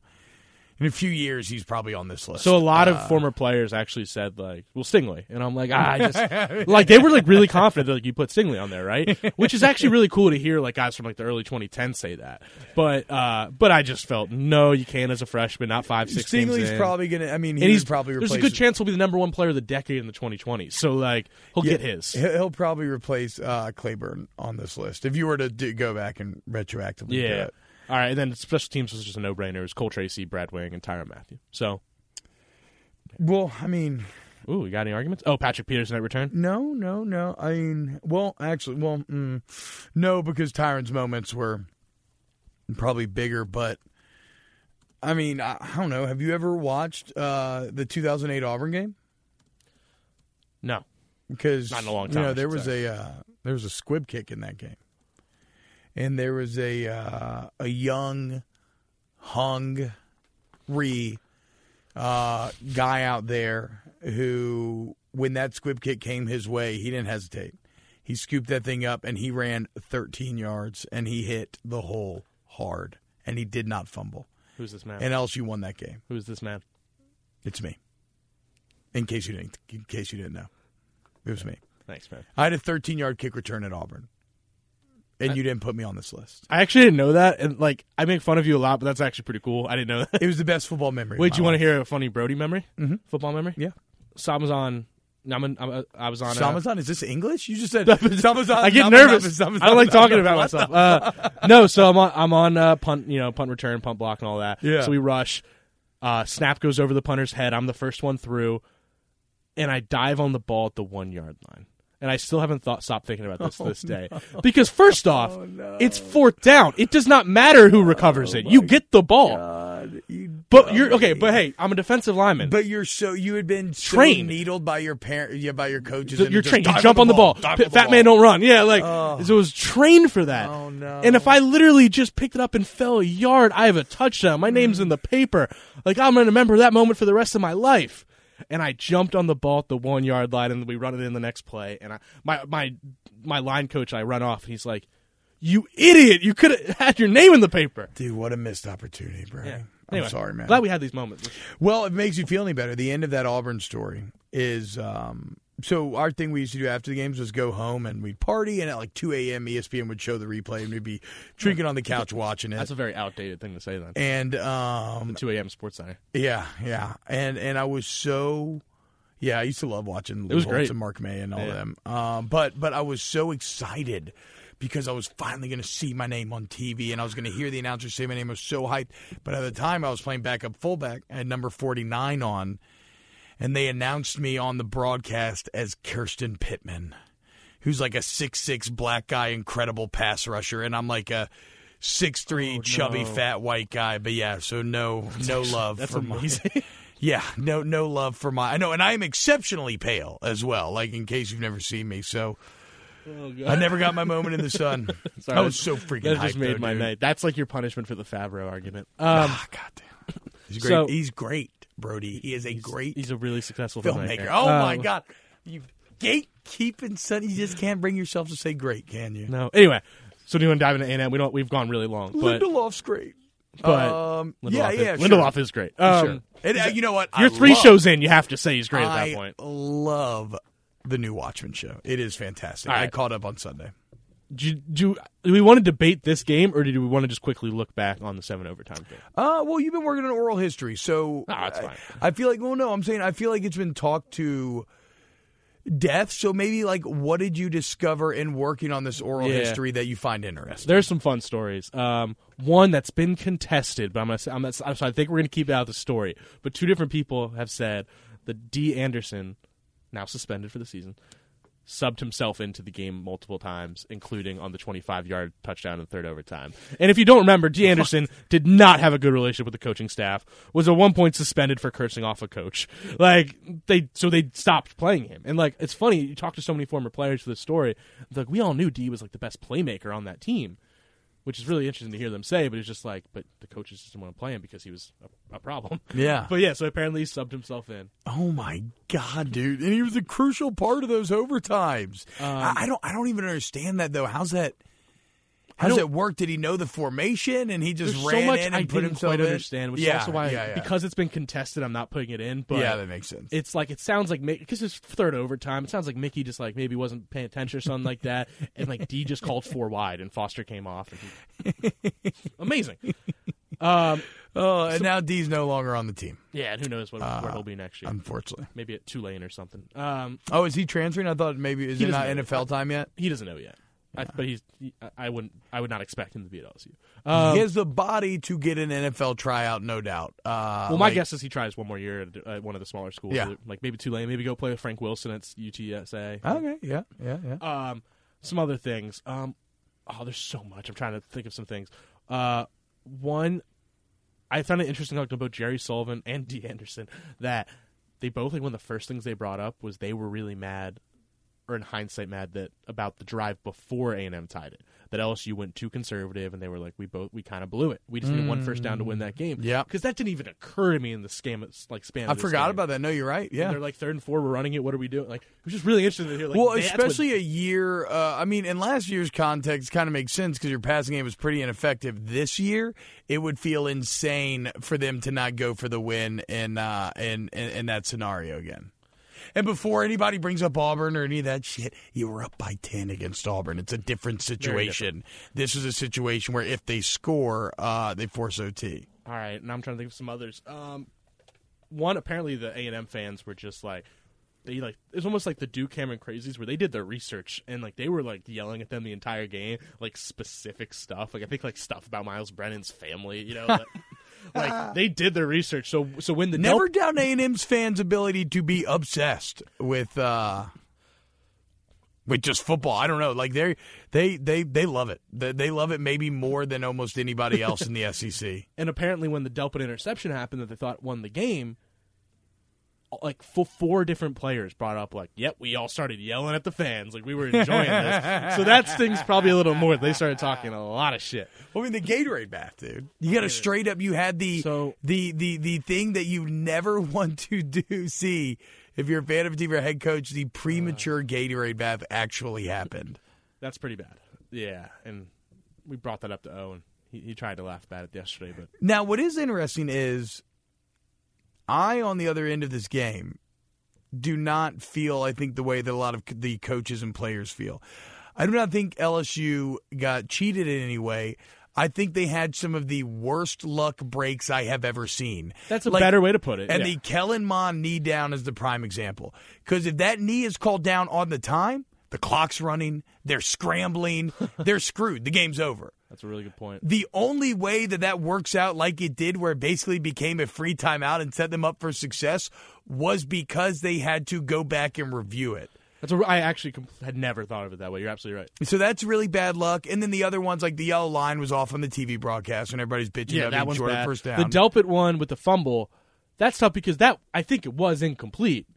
A: in a few years he's probably on this list.
B: So a lot
A: Uh.
B: of former players actually said like, "Well, Stingley," and I'm like, ah, "I just like they were like really confident that like, you put Stingley on there, right?" Which is actually really cool to hear like guys from like the early 2010s say that. But uh, but I just felt no, you can't as a freshman, not five, six. games
A: Stingley's
B: in.
A: probably gonna I mean he
B: and he's
A: would probably
B: there's a
A: replace
B: good chance he'll be the number one player of the decade in the 2020s. So like he'll get his.
A: He'll he'll probably replace uh, Claiborne on this list if you were to do, go back and retroactively. do
B: Yeah.
A: it.
B: All right, and then special teams was just a no-brainer. It was Cole Tracy, Brad Wing, and Tyron Matthew. So,
A: Well, I mean,
B: ooh, you got any arguments? Oh, Patrick Peterson at return.
A: No, no, no. I mean, well, actually, well, mm, no, because Tyron's moments were probably bigger. But I mean, I, I don't know. Have you ever watched uh, the 2008 Auburn game?
B: No,
A: Because
B: Not in a long
A: You
B: time,
A: know,
B: I
A: there
B: should
A: was
B: say.
A: a uh, there was a squib kick in that game, and there was a uh, a young hung re uh, guy out there who, when that squib kick came his way, he didn't hesitate. He scooped that thing up and he ran 13 yards and he hit the hole hard and he did not fumble.
B: who's this man?
A: And LSU won that game.
B: Who's this man?
A: It's me. In case you didn't, in case you didn't know, it was me.
B: Thanks, man.
A: I had a 13 yard kick return at Auburn, and you didn't put me on this list.
B: I actually didn't know that, and like I make fun of you a lot, but that's actually pretty cool. I didn't know that.
A: It was the best football memory.
B: Wait, you want to hear a funny Brody memory?
A: Mhm.
B: Football memory?
A: Yeah.
B: Mm-hmm. So I was on. I'm on- I'm, uh, I was on. uh,
A: Samazan? Is this English? You just said Samazan.
B: I get
A: Samazan,
B: nervous.
A: Samazan,
B: I don't like
A: Samazan.
B: talking about myself. Uh, no, so I'm on. I'm on uh, punt. You know, punt return, punt block, and all that.
A: Yeah.
B: So we rush. Uh, snap goes over the punter's head. I'm the first one through, and I dive on the ball at the one yard line. And I still haven't thought, stopped thinking about
A: Oh,
B: this to this day. Because first off, it's fourth down. It does not matter who recovers it. You get the ball.
A: Oh, God, you-
B: But you're okay. But hey, I'm a defensive lineman.
A: But you're so you had been so
B: Trained.
A: needled by your parent, yeah, by your coaches.
B: Th-
A: and
B: you're
A: just
B: trained. You
A: dive
B: jump on the ball.
A: dive
B: P-
A: on the
B: fat
A: ball.
B: man don't run. Yeah, like so it was trained for that.
A: Oh, no.
B: And if I literally just picked it up and fell a yard, I have a touchdown. My name's in the paper. Like I'm gonna remember that moment for the rest of my life. And I jumped on the ball at the one yard line, and we run it in the next play. And I, my my my line coach, I run off, and he's like, "You idiot! You could have had your name in the paper."
A: Dude, what a missed opportunity, bro.
B: Anyway,
A: I'm sorry, man.
B: Glad we had these moments.
A: Well, if it makes you feel any better. The end of that Auburn story is um, so our thing we used to do after the games was go home and we'd party, and at like 2 a.m., ESPN would show the replay, and we'd be drinking on the couch watching
B: That's
A: it.
B: a very outdated thing to say. Then
A: And um,
B: 2 a.m. Sports Center.
A: yeah, yeah, and and I was so. Yeah, I used to love watching Lou
B: was
A: Holtz
B: great.
A: and Mark May and all
B: Yeah.
A: them. Um, but but I was so excited because I was finally going to see my name on TV and I was going to hear the announcer say my name. I was so hyped. But at the time, I was playing backup fullback. I had number forty nine on, and they announced me on the broadcast as Kirsten Pittman, who's like a six six black guy, incredible pass rusher, and I'm like a. six three chubby fat white guy, but yeah, so no no love
B: Oh, That's
A: for my-
B: amazing.
A: yeah, no, no love for my. I know, and I am exceptionally pale as well. Like in case you've never seen me, so
B: oh, God.
A: I never got my moment in the sun.
B: Sorry,
A: I was so freaking.
B: That just
A: hyped,
B: made
A: though,
B: my
A: dude.
B: night. That's like your punishment for the Favreau argument. Um,
A: Ah, goddamn. He's great.
B: So-
A: he's great, Brody. He is a great
B: he's a really successful
A: filmmaker.
B: filmmaker.
A: Oh my
B: Um,
A: god, you gatekeeping son. You just can't bring yourself to say great, can you?
B: No. Anyway, so do you want to dive into A&M? We don't. We've gone really long, but
A: Lindelof's great.
B: but
A: um,
B: Lindelof
A: yeah,
B: is,
A: yeah,
B: Lindelof is great. Um,
A: sure. sure. And, uh, you know what?
B: You're
A: I
B: three
A: love-
B: shows in. You have to say he's great at
A: I
B: that point.
A: love the new Watchmen show. It is fantastic.
B: All
A: I
B: right.
A: caught up on Sunday.
B: Do, you- do, you- do we want to debate this game, or do we want to just quickly look back on the seven overtime game?
A: Uh, well, you've been working on oral history, so
B: No, it's
A: I-
B: fine.
A: I, feel like, well, no, I'm saying I feel like it's been talked to. death. So maybe like, what did you discover in working on this oral
B: Yeah.
A: history that you find interesting?
B: There's some fun stories. Um, one that's been contested, but I'm gonna, say- I'm, not- I'm sorry, I think we're gonna keep it out of the story. But two different people have said that D. Anderson, now suspended for the season, subbed himself into the game multiple times, including on the 25 yard touchdown in third overtime. And if you don't remember, D. Anderson did not have a good relationship with the coaching staff. Was at one point suspended for cursing off a coach. Like they, so they stopped playing him. And like it's funny, you talk to so many former players for this story. Like we all knew D was like the best playmaker on that team which is really interesting to hear them say. But it's just like, but the coaches just didn't want to play him because he was a, a problem.
A: Yeah.
B: But yeah, so apparently he subbed himself in.
A: Oh my god, dude! And he was a crucial part of those overtimes.
B: Um,
A: I, I don't, I don't even understand that though. How's that? How does
B: don't-
A: it work? Did he know the formation and he just
B: There's
A: ran
B: so much
A: in and
B: I
A: put
B: didn't
A: himself
B: quite
A: in?
B: understand, which
A: yeah,
B: is also why
A: yeah, yeah.
B: because it's been contested, I'm not putting it in. But
A: yeah, that makes sense.
B: it's like it sounds like because it's third overtime. It sounds like Mickey just like maybe wasn't paying attention or something like that, and like D just called four wide, and Foster came off. And he- amazing. Um,
A: oh, Uh, and now D's no longer on the team,
B: yeah, and who knows what, where he'll be next year?
A: unfortunately.
B: maybe at Tulane or something. Um,
A: Oh, is he transferring? I thought maybe is
B: He
A: it not
B: doesn't know
A: NFL time yet?
B: he doesn't know yet, I, but he's. He, I- I wouldn't. I would not expect him to be at LSU.
A: he
B: Um,
A: has the body to get an NFL tryout, no doubt. Uh,
B: well, my
A: like-
B: guess is he tries one more year at, at one of the smaller schools,
A: Yeah.
B: like maybe Tulane, maybe go play with Frank Wilson at UTSA.
A: Okay, yeah, yeah, yeah.
B: Um, some other things. Um, oh, there's so much. I'm trying to think of some things. Uh, one, I found it interesting talking about Jerry Sullivan and D. Anderson that they both like one of the first things they brought up was they were really mad, or in hindsight, mad that about the drive before A and M tied it. That LSU went too conservative, and they were like, "We both we kind of blew it. We just needed one first down to win that game."
A: Yeah.
B: because that didn't even occur to me in the scam like span. of
A: I
B: this
A: forgot
B: game.
A: about that. No, you're right.
B: And
A: Yeah.
B: they're like third and four. We're running it. What are we doing? Like it was just really interesting to hear. Like,
A: well,
B: that's what-
A: especially a year. Uh, I mean, in last year's context, kind of makes sense because your passing game was pretty ineffective. This year, it would feel insane for them to not go for the win in uh, in, in in that scenario again. And before anybody brings up Auburn or any of that shit, you were up by ten against Auburn. It's a different situation. This is a situation where if they score, uh, they force OT.
B: All right, and I'm trying to think of some others. Um, one apparently the A and M fans were just like they like it's almost like the Duke Cameron crazies where they did their research and like they were like yelling at them the entire game, like specific stuff. Like I think like stuff about Miles Brennan's family, you know. Like, like, they did their research. So so when the
A: Never down A and M's fans' ability to be obsessed with uh, with just football. I don't know, like they they they they love it. They, they love it maybe more than almost anybody else in the E SEC.
B: And apparently, when the Delpit interception happened that they thought won the game, like fo- four different players brought up, like, "Yep, we all started yelling at the fans, like we were enjoying this." So that stings probably a little more. They started talking a lot of shit.
A: I mean, the Gatorade bath, dude. You got a straight up. You had the
B: So-
A: the the the thing that you never want to do see. If you're a fan of a team or a head coach, the premature Gatorade bath actually happened.
B: That's pretty bad. Yeah, and we brought that up to Owen. He, he tried to laugh about it yesterday, but
A: Now, what is interesting is I, on the other end of this game, do not feel, I think, the way that a lot of c- the coaches and players feel. I do not think LSU got cheated in any way. I think they had some of the worst luck breaks I have ever seen.
B: that's a
A: Like-
B: better way to put it.
A: And
B: yeah.
A: the Kellen Mond knee down is the prime example. Because if that knee is called down on the time, the clock's running, they're scrambling, they're screwed. The game's over
B: that's a really good point.
A: the only way that that works out like it did where it basically became a free timeout and set them up for success was because they had to go back and review it
B: That's a, I actually com- had never thought of it that way. You're absolutely right.
A: so that's really bad luck and then the other ones like the yellow line was off on the tv broadcast when everybody's bitching
B: Yeah,
A: about
B: that
A: being
B: one's
A: short of
B: bad.
A: first down
B: The Delpit one with the fumble, that's tough because that I think it was incomplete.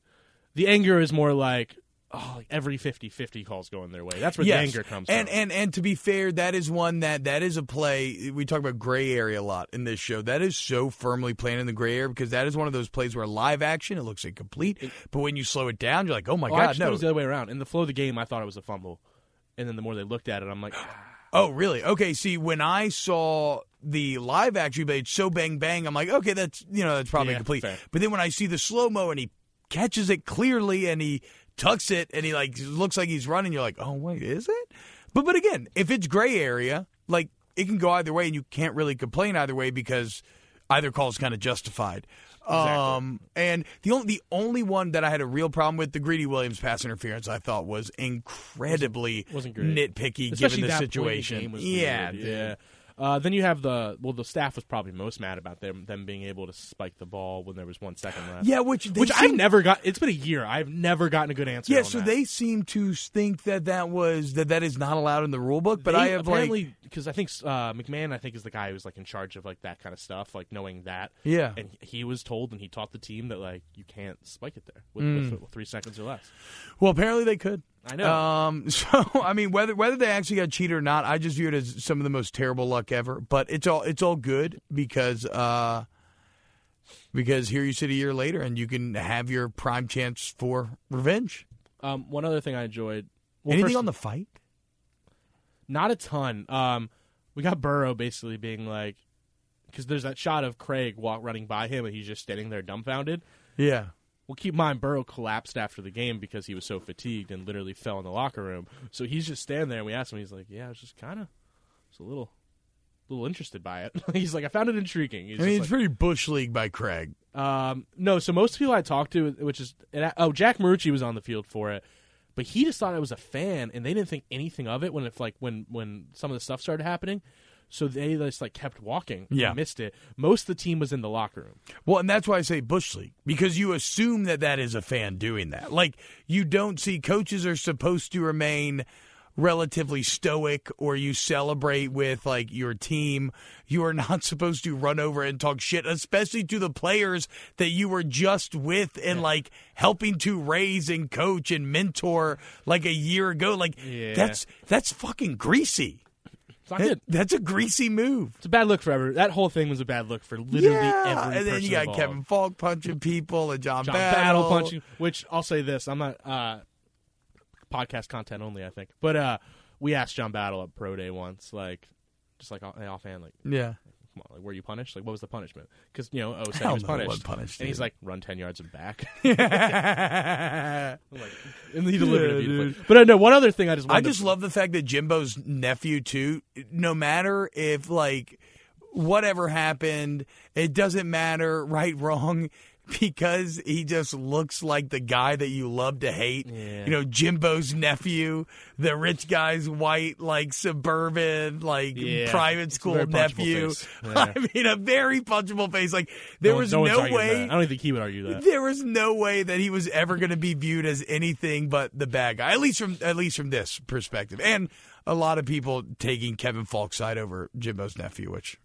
B: The anger is more like oh, like every 50-50 call's going their way. That's where the
A: Yes.
B: anger comes
A: and
B: from.
A: and and to be fair, that is one that that is a play we talk about gray area a lot in this show. That is so firmly playing in the gray area because that is one of those plays where live action it looks incomplete, but when you slow it down, you're like, oh my
B: oh,
A: god,
B: actually, it
A: no,
B: was the other way around. In the flow of the game, I thought it was a fumble, and then the more they looked at it, I'm like, ah,
A: Oh, really? Okay. See, when I saw the live action play, it's so bang bang, I'm like, okay, that's you know that's probably
B: Yeah,
A: complete.
B: fair.
A: But then when I see the slow mo and he catches it clearly and he tucks it and he like looks like he's running, you're like, oh wait, is it? But but again, if it's gray area, like it can go either way, and you can't really complain either way because either call is kind of justified. Um, and the only the only one that I had a real problem with the greedy Williams pass interference I thought was incredibly
B: Wasn't- wasn't great.
A: nitpicky given
B: Especially
A: the
B: that point in
A: situation.
B: game was
A: yeah,
B: weird,
A: dude.
B: yeah. Uh, then you have the well, the staff was probably most mad about them them being able to spike the ball when there was one second left.
A: yeah, which they
B: which
A: seem-
B: I've never got. It's been a year. I've never gotten a good answer.
A: Yeah,
B: on
A: so
B: that.
A: they seem to think that that was that that is not allowed in the rule book, but
B: They
A: I have like
B: apparently because I think uh, McMahon, I think, is the guy who's like in charge of like that kind of stuff, like knowing that.
A: Yeah.
B: and he was told, and he taught the team that like you can't spike it there with,
A: Mm.
B: with, with three seconds or less.
A: well, apparently they could.
B: I know.
A: Um, so I mean, whether whether they actually got cheated or not, I just view it as some of the most terrible luck ever. But it's all it's all good because uh, because here you sit a year later and you can have your prime chance for revenge.
B: Um, one other thing I enjoyed. Well,
A: Anything
B: first-
A: on the fight?
B: Not a ton. Um, we got Burrow basically being like, because there's that shot of Craig walk running by him, and he's just standing there dumbfounded.
A: Yeah.
B: Well, keep in mind, Burrow collapsed after the game because he was so fatigued and literally fell in the locker room. So he's just standing there, and we asked him. He's like, "Yeah, I was just kind of, just a little, little interested by it." he's like, "I found it intriguing." He's
A: I mean,
B: just
A: it's pretty bush league by Craig.
B: like- um, no, so most people I talked to, which is and I- oh, Jack Marucci was on the field for it, but he just thought I was a fan, and they didn't think anything of it when if like when when some of the stuff started happening. So they just like kept walking. and
A: Yeah.
B: missed it. Most of the team was in the locker room.
A: Well, and that's why I say Bush League because you assume that that is a fan doing that. Like you don't see coaches are supposed to remain relatively stoic or you celebrate with like your team. You are not supposed to run over and talk shit, especially to the players that you were just with and like helping to raise and coach and mentor like a year ago. Like
B: Yeah.
A: that's that's fucking greasy.
B: It's not
A: That-
B: good.
A: that's a greasy move.
B: It's a bad look for every. That whole thing was a bad look for literally
A: yeah.
B: every.
A: and then you
B: person
A: got
B: involved.
A: Kevin Falk punching people and John,
B: John Battle punching. Which I'll say this: I'm not uh, podcast content only. I think, but uh, we asked John Battle at pro day once, like just like off- offhand, like
A: Yeah.
B: come on, like were you punished? Like what was the punishment? Because you know, oh,
A: Hell
B: was
A: no, I
B: punished.
A: wasn't punished,
B: and he's
A: dude.
B: like, run ten yards and back.
A: I
B: like, and he delivered
A: Yeah,
B: it beautifully.
A: dude.
B: But I know one other thing I just wanted
A: just
B: to-
A: love the fact that Jimbo's nephew too. No matter if like whatever happened, it doesn't matter right wrong because he just looks like the guy that you love to hate.
B: Yeah.
A: You know, Jimbo's nephew, the rich guy's white like suburban like
B: Yeah.
A: private
B: It's a
A: school
B: very punchable
A: nephew.
B: face. Yeah.
A: I mean, a very punchable face. Like there
B: one-
A: was
B: one's
A: no
B: arguing
A: way
B: that. I don't think he would argue that.
A: there was no way that he was ever going to be viewed as anything but the bad guy. At least from at least from this perspective, and a lot of people taking Kevin Falk's side over Jimbo's nephew, which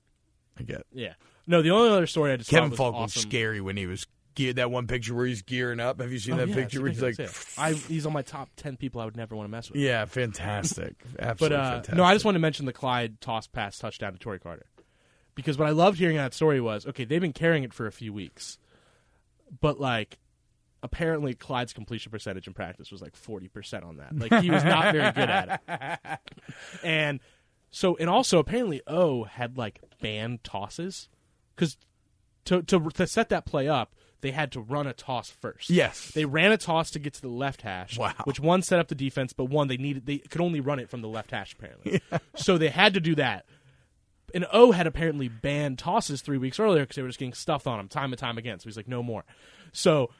A: I get.
B: Yeah. No, the only other story I just
A: Kevin
B: thought was
A: Falk was
B: awesome.
A: scary when he was geared. That one picture where he's gearing up. Have you seen
B: Oh,
A: that
B: yeah,
A: picture?
B: it's
A: Where he's like,
B: ridiculous, yeah. I, he's on my top ten people I would never want to mess with.
A: yeah, fantastic,
B: But
A: absolutely
B: uh,
A: fantastic.
B: no, I just wanted to mention the Clyde toss pass touchdown to Tory Carter because what I loved hearing that story was okay. They've been carrying it for a few weeks, but like apparently Clyde's completion percentage in practice was like forty percent on that. Like he was not very good at it, and so and also apparently O had like banned tosses because to, to to set that play up they had to run a toss first.
A: yes,
B: They ran a toss to get to the left hash,
A: Wow.
B: which one set up the defense, but one they needed they could only run it from the left hash apparently. So they had to do that. And O had apparently banned tosses three weeks earlier because they were just getting stuffed on him time and time again. So he's like, no more. So,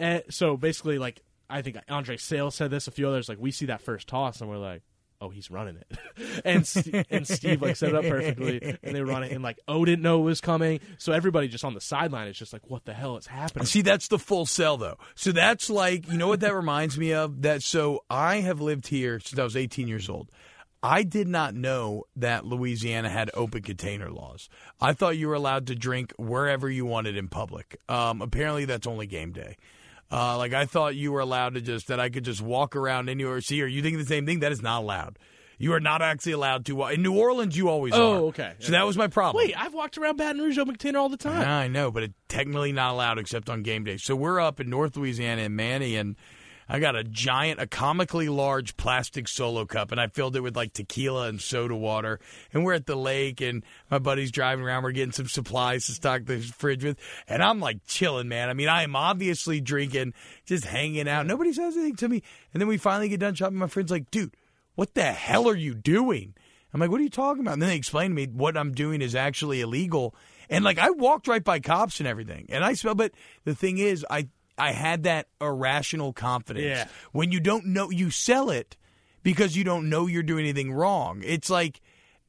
B: eh, so basically, like I think Andre Sales said this, a few others like we see that first toss and we're like, oh, he's running it, and St- and Steve like set it up perfectly, and they run it, and like O didn't know it was coming, so everybody just on the sideline is just like, what the hell is happening?
A: See, that's the full sell though. So that's like, you know what that reminds me of? That so I have lived here since I was 18 years old. I did not know that Louisiana had open container laws. I thought you were allowed to drink wherever you wanted in public. Um, apparently, that's only game day. Uh, like I thought you were allowed to just that I could just walk around anywhere. See, are you thinking the same thing? That is not allowed. You are not actually allowed to. wa- In New Orleans, you always
B: Oh,
A: are.
B: okay.
A: So that was my problem.
B: Wait, I've walked around Baton Rouge open container all the time.
A: I know, but it's technically not allowed except on game day. So we're up in North Louisiana in Manny, and I got a giant, a comically large plastic solo cup, and I filled it with like tequila and soda water. And we're at the lake, and my buddy's driving around. We're getting some supplies to stock the fridge with, and I'm like chilling, man. I mean, I am obviously drinking, just hanging out. Nobody says anything to me. And then we finally get done shopping. My friend's like, dude, what the hell are you doing? I'm like, what are you talking about? And then they explained to me what I'm doing is actually illegal. And like I walked right by cops and everything. And I smell but the thing is I I had that irrational confidence.
B: Yeah.
A: When you don't know you sell it because you don't know you're doing anything wrong. It's like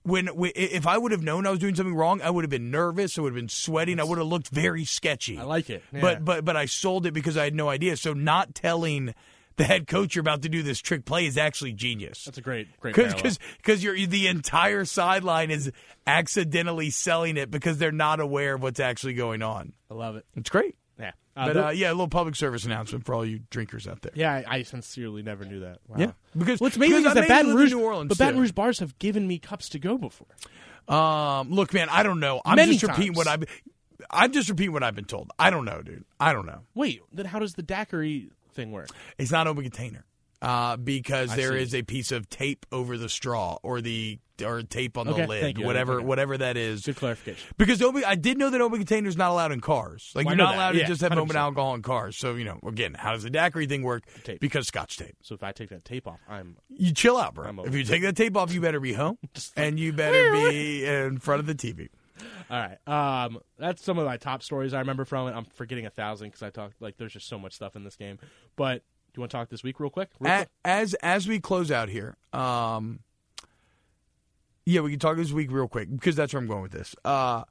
A: when when- if I would have known I was doing something wrong, I would have been nervous. I would have been sweating. I would have looked very sketchy.
B: I like it. Yeah.
A: But but but I sold it because I had no idea. So not telling the head coach you're about to do this trick play is actually genius.
B: that's a great, great. parallel.
A: Because because you're the entire sideline is accidentally selling it because they're not aware of what's actually going on.
B: I love it.
A: It's great.
B: Yeah, Uh,
A: But
B: the-
A: uh, yeah, a little public service announcement for all you drinkers out there.
B: yeah, I, I sincerely never knew that. Wow.
A: Yeah, because
B: What's amazing
A: because
B: is
A: I
B: that
A: mainly
B: Baton
A: live in
B: Rouge,
A: New Orleans,
B: but Baton
A: too.
B: Rouge bars have given me cups to go before.
A: Um, look, man, I don't know. I'm
B: Many
A: just repeating
B: times.
A: what I've. I'm just repeating what I've been told. I don't know, dude. I don't know.
B: Wait, then how does the daiquiri thing work?
A: It's not open container uh, because
B: I
A: there
B: see.
A: is a piece of tape over the straw or the or tape on
B: Okay,
A: the lid,
B: thank you.
A: whatever
B: Okay.
A: whatever that is.
B: Good clarification.
A: Because open, I did know that open container is not allowed in cars. Like
B: Well, I
A: you're
B: know
A: not
B: that.
A: allowed
B: Yeah,
A: to just have open
B: 100%.
A: alcohol in cars. So you know, again, how does the daiquiri thing work?
B: Tape.
A: Because Scotch tape.
B: So if I take that tape off, I'm
A: You chill out,
B: I'm
A: bro.
B: over
A: If you take that tape off, you better be home,
B: Just
A: and you better be in front of the TV.
B: all right. Um, that's some of my top stories I remember from it. I'm forgetting a thousand because I talked like there's just so much stuff in this game. But do you want to talk this week real quick? Real
A: A-
B: quick?
A: as as we close out here, um, yeah, we can talk this week real quick because that's where I'm going with this. Uh,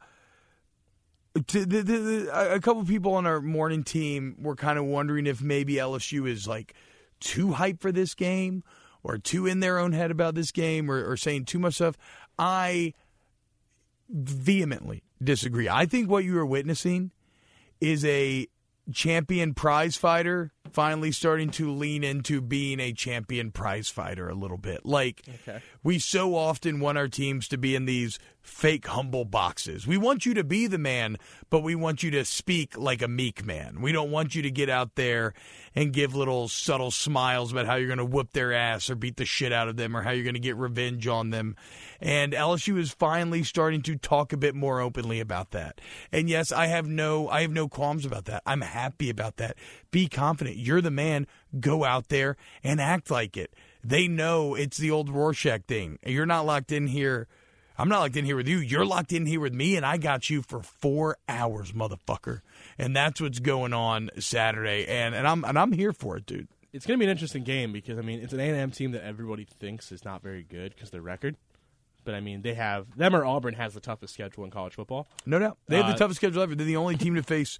A: to the, the, the, a- a couple people on our morning team were kind of wondering if maybe LSU is like too hype for this game or too in their own head about this game or, or saying too much stuff. I vehemently disagree. I think what you are witnessing is a champion prize fighter finally starting to lean into being a champion prize fighter a little bit. Like
B: Okay.
A: we so often want our teams to be in these fake humble boxes. We want you to be the man, but we want you to speak like a meek man. We don't want you to get out there and give little subtle smiles about how you're going to whoop their ass or beat the shit out of them or how you're going to get revenge on them. And LSU is finally starting to talk a bit more openly about that. And yes, I have no I have no qualms about that. I'm happy about that. Be confident. You're the man. Go out there and act like it. They know it's the old Rorschach thing. You're not locked in here. I'm not locked in here with you. You're locked in here with me, and I got you for four hours, motherfucker. And that's what's going on Saturday. And and I'm and I'm here for it, dude.
B: It's going to be an interesting game because I mean it's an A and M team that everybody thinks is not very good because their record. But I mean they have them or Auburn has the toughest schedule in college football.
A: No doubt. They have
B: Uh,
A: the toughest schedule ever. They're the only team to face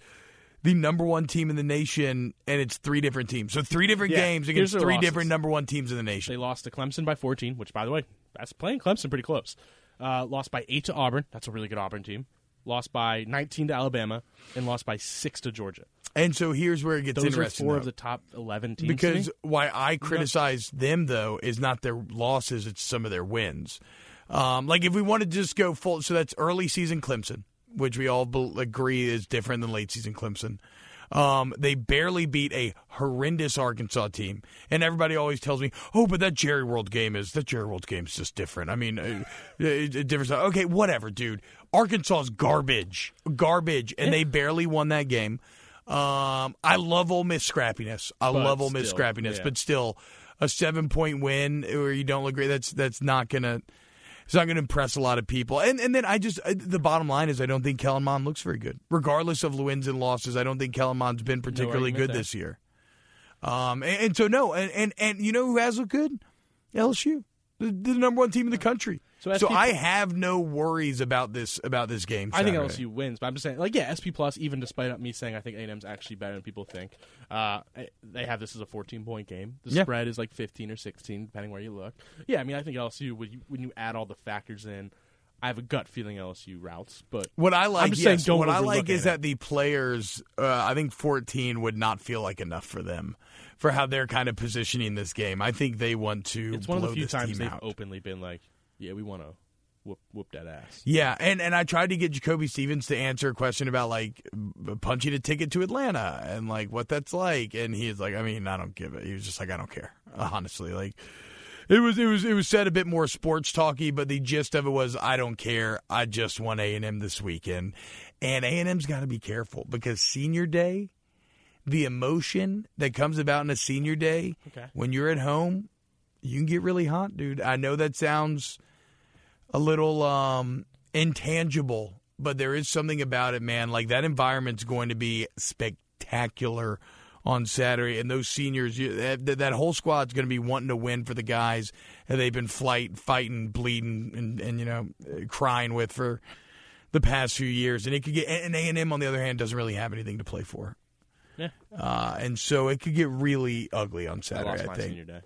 A: the number one team in the nation, and it's three different teams. So three different
B: Yeah,
A: games
B: here's
A: against
B: their
A: three
B: losses.
A: different number one teams in the nation.
B: They lost to Clemson by 14, which, by the way, that's playing Clemson pretty close. Uh, lost by 8 to Auburn. That's a really good Auburn team. Lost by 19 to Alabama and lost by 6 to Georgia.
A: And so here's where it gets
B: Those are
A: interesting.
B: four
A: though.
B: of the top 11 teams. to
A: because
B: me.
A: why I criticize them though is not their losses; it's some of their wins. Um, like if we want to just go full, so that's early season Clemson, which we all bel agree is different than late season Clemson. Um, they barely beat a horrendous Arkansas team, and everybody always tells me, "Oh, but that Jerry World game is that Jerry World game's just different." I mean, uh, it, it different. Okay, whatever, dude. Arkansas's garbage, garbage, and they barely won that game. Um, I love Ole Miss scrappiness. I
B: But
A: love Ole Miss
B: still,
A: scrappiness,
B: yeah.
A: but still, a seven point win where you don't agree that's that's not gonna it's not gonna impress a lot of people. And and then I just I- the bottom line is I don't think Kellen Mond looks very good, regardless of wins and losses. I don't think Kellen Mond's been particularly
B: argument
A: good
B: there.
A: this year. Um, and, and so no, and, and and you know who has looked good? LSU, the, the number one team in the country. So,
B: So as people-
A: I have no worries about this about this game.
B: I think
A: Saturday.
B: LSU wins, but I'm just saying, like, yeah, SP plus. Even despite me saying I think A&M's actually better than people think, uh, they have this as a 14 point game. The
A: Yeah.
B: spread is like 15 or 16, depending where you look. Yeah, I mean, I think LSU when you, when you add all the factors in, I have a gut feeling LSU routes, but
A: What I like,
B: just
A: yes,
B: saying don't
A: what I
B: overlook
A: like is
B: it.
A: that the players, uh, I think 14 would not feel like enough for them for how they're kind of positioning this game. I think they want to
B: It's one of the
A: blow
B: few
A: this
B: times
A: team
B: they've
A: out.
B: openly been like, "Yeah, we want to whoop whoop that ass."
A: Yeah, and, and I tried to get Jacoby Stevens to answer a question about like b- punching a ticket to Atlanta and like what that's like, and he's like, I mean, I don't give it. He was just like, I don't care, honestly. Like it was it was it was said a bit more sports talky, but the gist of it was, I don't care. I just want A and M this weekend, and A and M's got to be careful because Senior Day, the emotion that comes about in a Senior Day
B: Okay.
A: when you're at home, you can get really hot, dude. I know that sounds a little um, intangible, but there is something about it, man. Like that environment's going to be spectacular on Saturday, and those seniors, you, that, that whole squad's going to be wanting to win for the guys that they've been fight, fighting, bleeding, and, and you know, crying with for the past few years. And it could get and A and M on the other hand doesn't really have anything to play for.
B: Yeah.
A: Uh, and so it could get really ugly on
B: I
A: Saturday.
B: lost
A: I,
B: my
A: think
B: senior day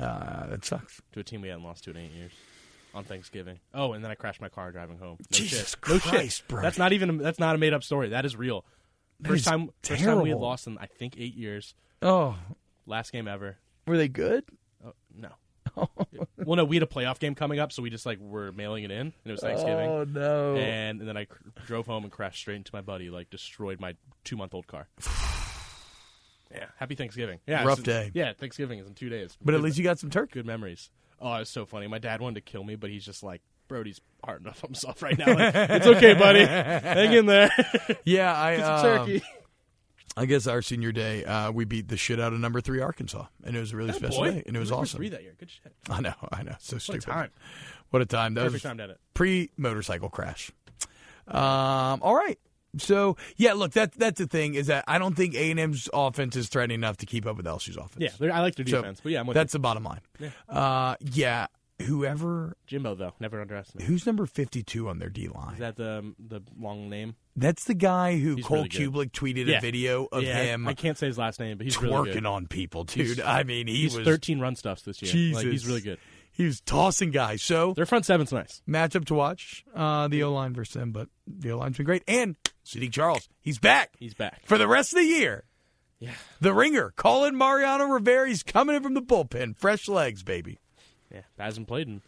A: uh, that sucks.
B: to a team we hadn't lost to in eight years on Thanksgiving. Oh, and then I crashed my car driving home. No
A: Jesus
B: shit. No
A: Christ,
B: shit.
A: bro.
B: That's not even. A, that's not a made up story. That is real.
A: That
B: first
A: is
B: time. First time we had
A: terrible.
B: lost in I think eight years.
A: Oh,
B: Last game ever.
A: were they good?
B: Oh, no. well, no, we had a playoff game coming up, so we just like were mailing it in, and it was Thanksgiving.
A: Oh no.
B: and, and then I cr- drove home and crashed straight into my buddy, like destroyed my two month old car. yeah, happy Thanksgiving. Yeah,
A: Rough
B: it's-
A: day.
B: Yeah, Thanksgiving is in two days.
A: but at
B: Good-
A: least you got some turkey.
B: good memories. Oh, it's so funny. My dad wanted to kill me, but he's just like, Brody's hard enough on himself right now. Like, it's okay, buddy. Hang in there.
A: Yeah, I
B: Some
A: um,
B: turkey.
A: I guess our senior day, uh, we beat the shit out of number three Arkansas, and it was a really special
B: Boy,
A: day, and it was
B: we were
A: awesome.
B: Three that year. Good shit.
A: I know, I know, so
B: What a
A: stupid.
B: time.
A: What a time! That
B: Perfect
A: was
B: time to edit.
A: pre motorcycle crash. Um, all right. So yeah, look that that's the thing is that I don't think A and M's offense is threatening enough to keep up with LSU's offense.
B: Yeah, they're- I like their
A: So,
B: defense, but yeah, I'm with
A: that's the bottom line. Yeah. Uh, yeah, whoever
B: you. Jimbo though. Never underestimate.
A: who's number fifty two on their D
B: Is
A: line.
B: that the um, the long name?
A: That's the guy who
B: He's
A: Cole
B: really good.
A: Kublik tweeted a
B: Yeah.
A: video of
B: yeah, I-
A: him
B: I, can't say his last name, but he's
A: twerking
B: really good.
A: on people, dude. I mean, he
B: he's
A: was
B: 13 run stuffs this year.
A: Jesus.
B: Like, he's really good.
A: He was tossing guys. So
B: Their front seven's nice.
A: matchup to watch. Uh, the O line versus them, but the O line's been great. And Sadiq Charles, he's back
B: He's back.
A: for the rest of the year.
B: Yeah.
A: The ringer, calling Mariano Rivera. He's coming in from the bullpen. Fresh legs, baby.
B: Yeah, hasn't played in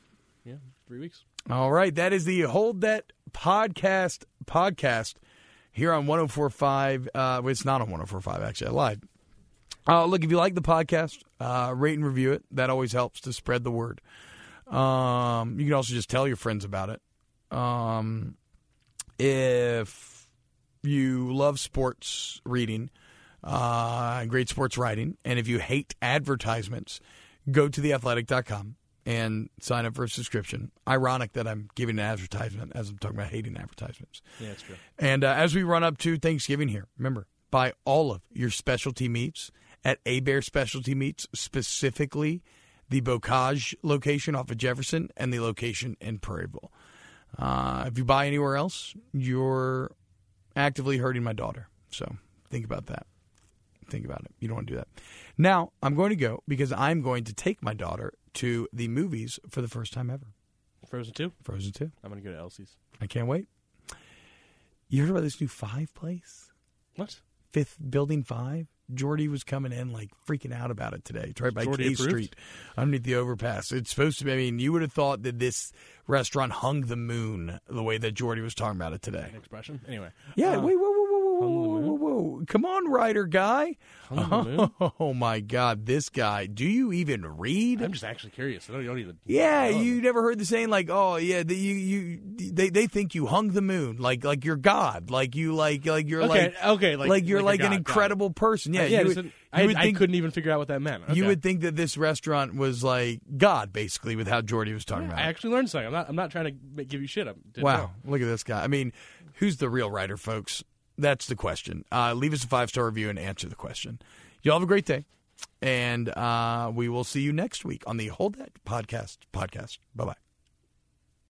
B: yeah three weeks.
A: All right. That is the Hold That Podcast podcast here on 1045. Uh, well, it's not on 1045, actually. I lied. Uh, look, if you like the podcast, uh, rate and review it. That always helps to spread the word. Um, you can also just tell your friends about it. Um, if you love sports reading uh, and great sports writing, and if you hate advertisements, go to theathletic.com and sign up for a subscription. Ironic that I'm giving an advertisement as I'm talking about hating advertisements.
B: Yeah, it's true.
A: And uh, as we run up to Thanksgiving here, remember, buy all of your specialty meats at A Bear Specialty Meats, specifically the Bocage location off of Jefferson and the location in Prairieville. Uh, if you buy anywhere else, you're actively hurting my daughter. So think about that. Think about it. You don't want to do that. Now, I'm going to go because I'm going to take my daughter to the movies for the first time ever.
B: Frozen two.
A: Frozen 2.
B: I'm gonna go to Elsie's.
A: I can't wait. You heard about this new five place?
B: What?
A: Fifth building five? Jordy was coming in like freaking out about it today. It's right by
B: Jordy
A: K
B: approved?
A: Street underneath the overpass. It's supposed to be I mean, you would have thought that this restaurant hung the moon the way that Jordy was talking about it today.
B: An expression. Anyway.
A: Yeah,
B: Uh,
A: wait, whoa, whoa, whoa, whoa,
B: hung the
A: whoa, whoa, whoa, whoa. Come on, writer guy.
B: hung the moon?
A: Oh my god, this guy. Do you even read?
B: I'm just actually curious. I don't, you don't even.
A: Yeah,
B: I don't
A: you
B: know.
A: never heard the saying like, "Oh, yeah, the, you you they they think you hung the moon, like like you're God, like you like like you're
B: Okay.
A: like,
B: okay.
A: like
B: Like,
A: you're
B: a
A: like
B: god,
A: an
B: got it.
A: incredible person." Yeah,
B: Uh, Yeah.
A: you
B: this
A: would,
B: is-
A: you
B: I,
A: would
B: I
A: think
B: couldn't even figure out what that meant. Okay.
A: you would think that this restaurant was like God, basically, with how Jordy was talking
B: I
A: about. it.
B: actually learned something. I'm not. I'm not trying to ma- give you shit. I didn't
A: Wow,
B: know.
A: look at this guy. I mean, who's the real writer, folks? That's the question. Uh, leave us a five star review and answer the question. Y'all have a great day, and uh, we will see you next week on the Hold That Podcast podcast. Bye bye.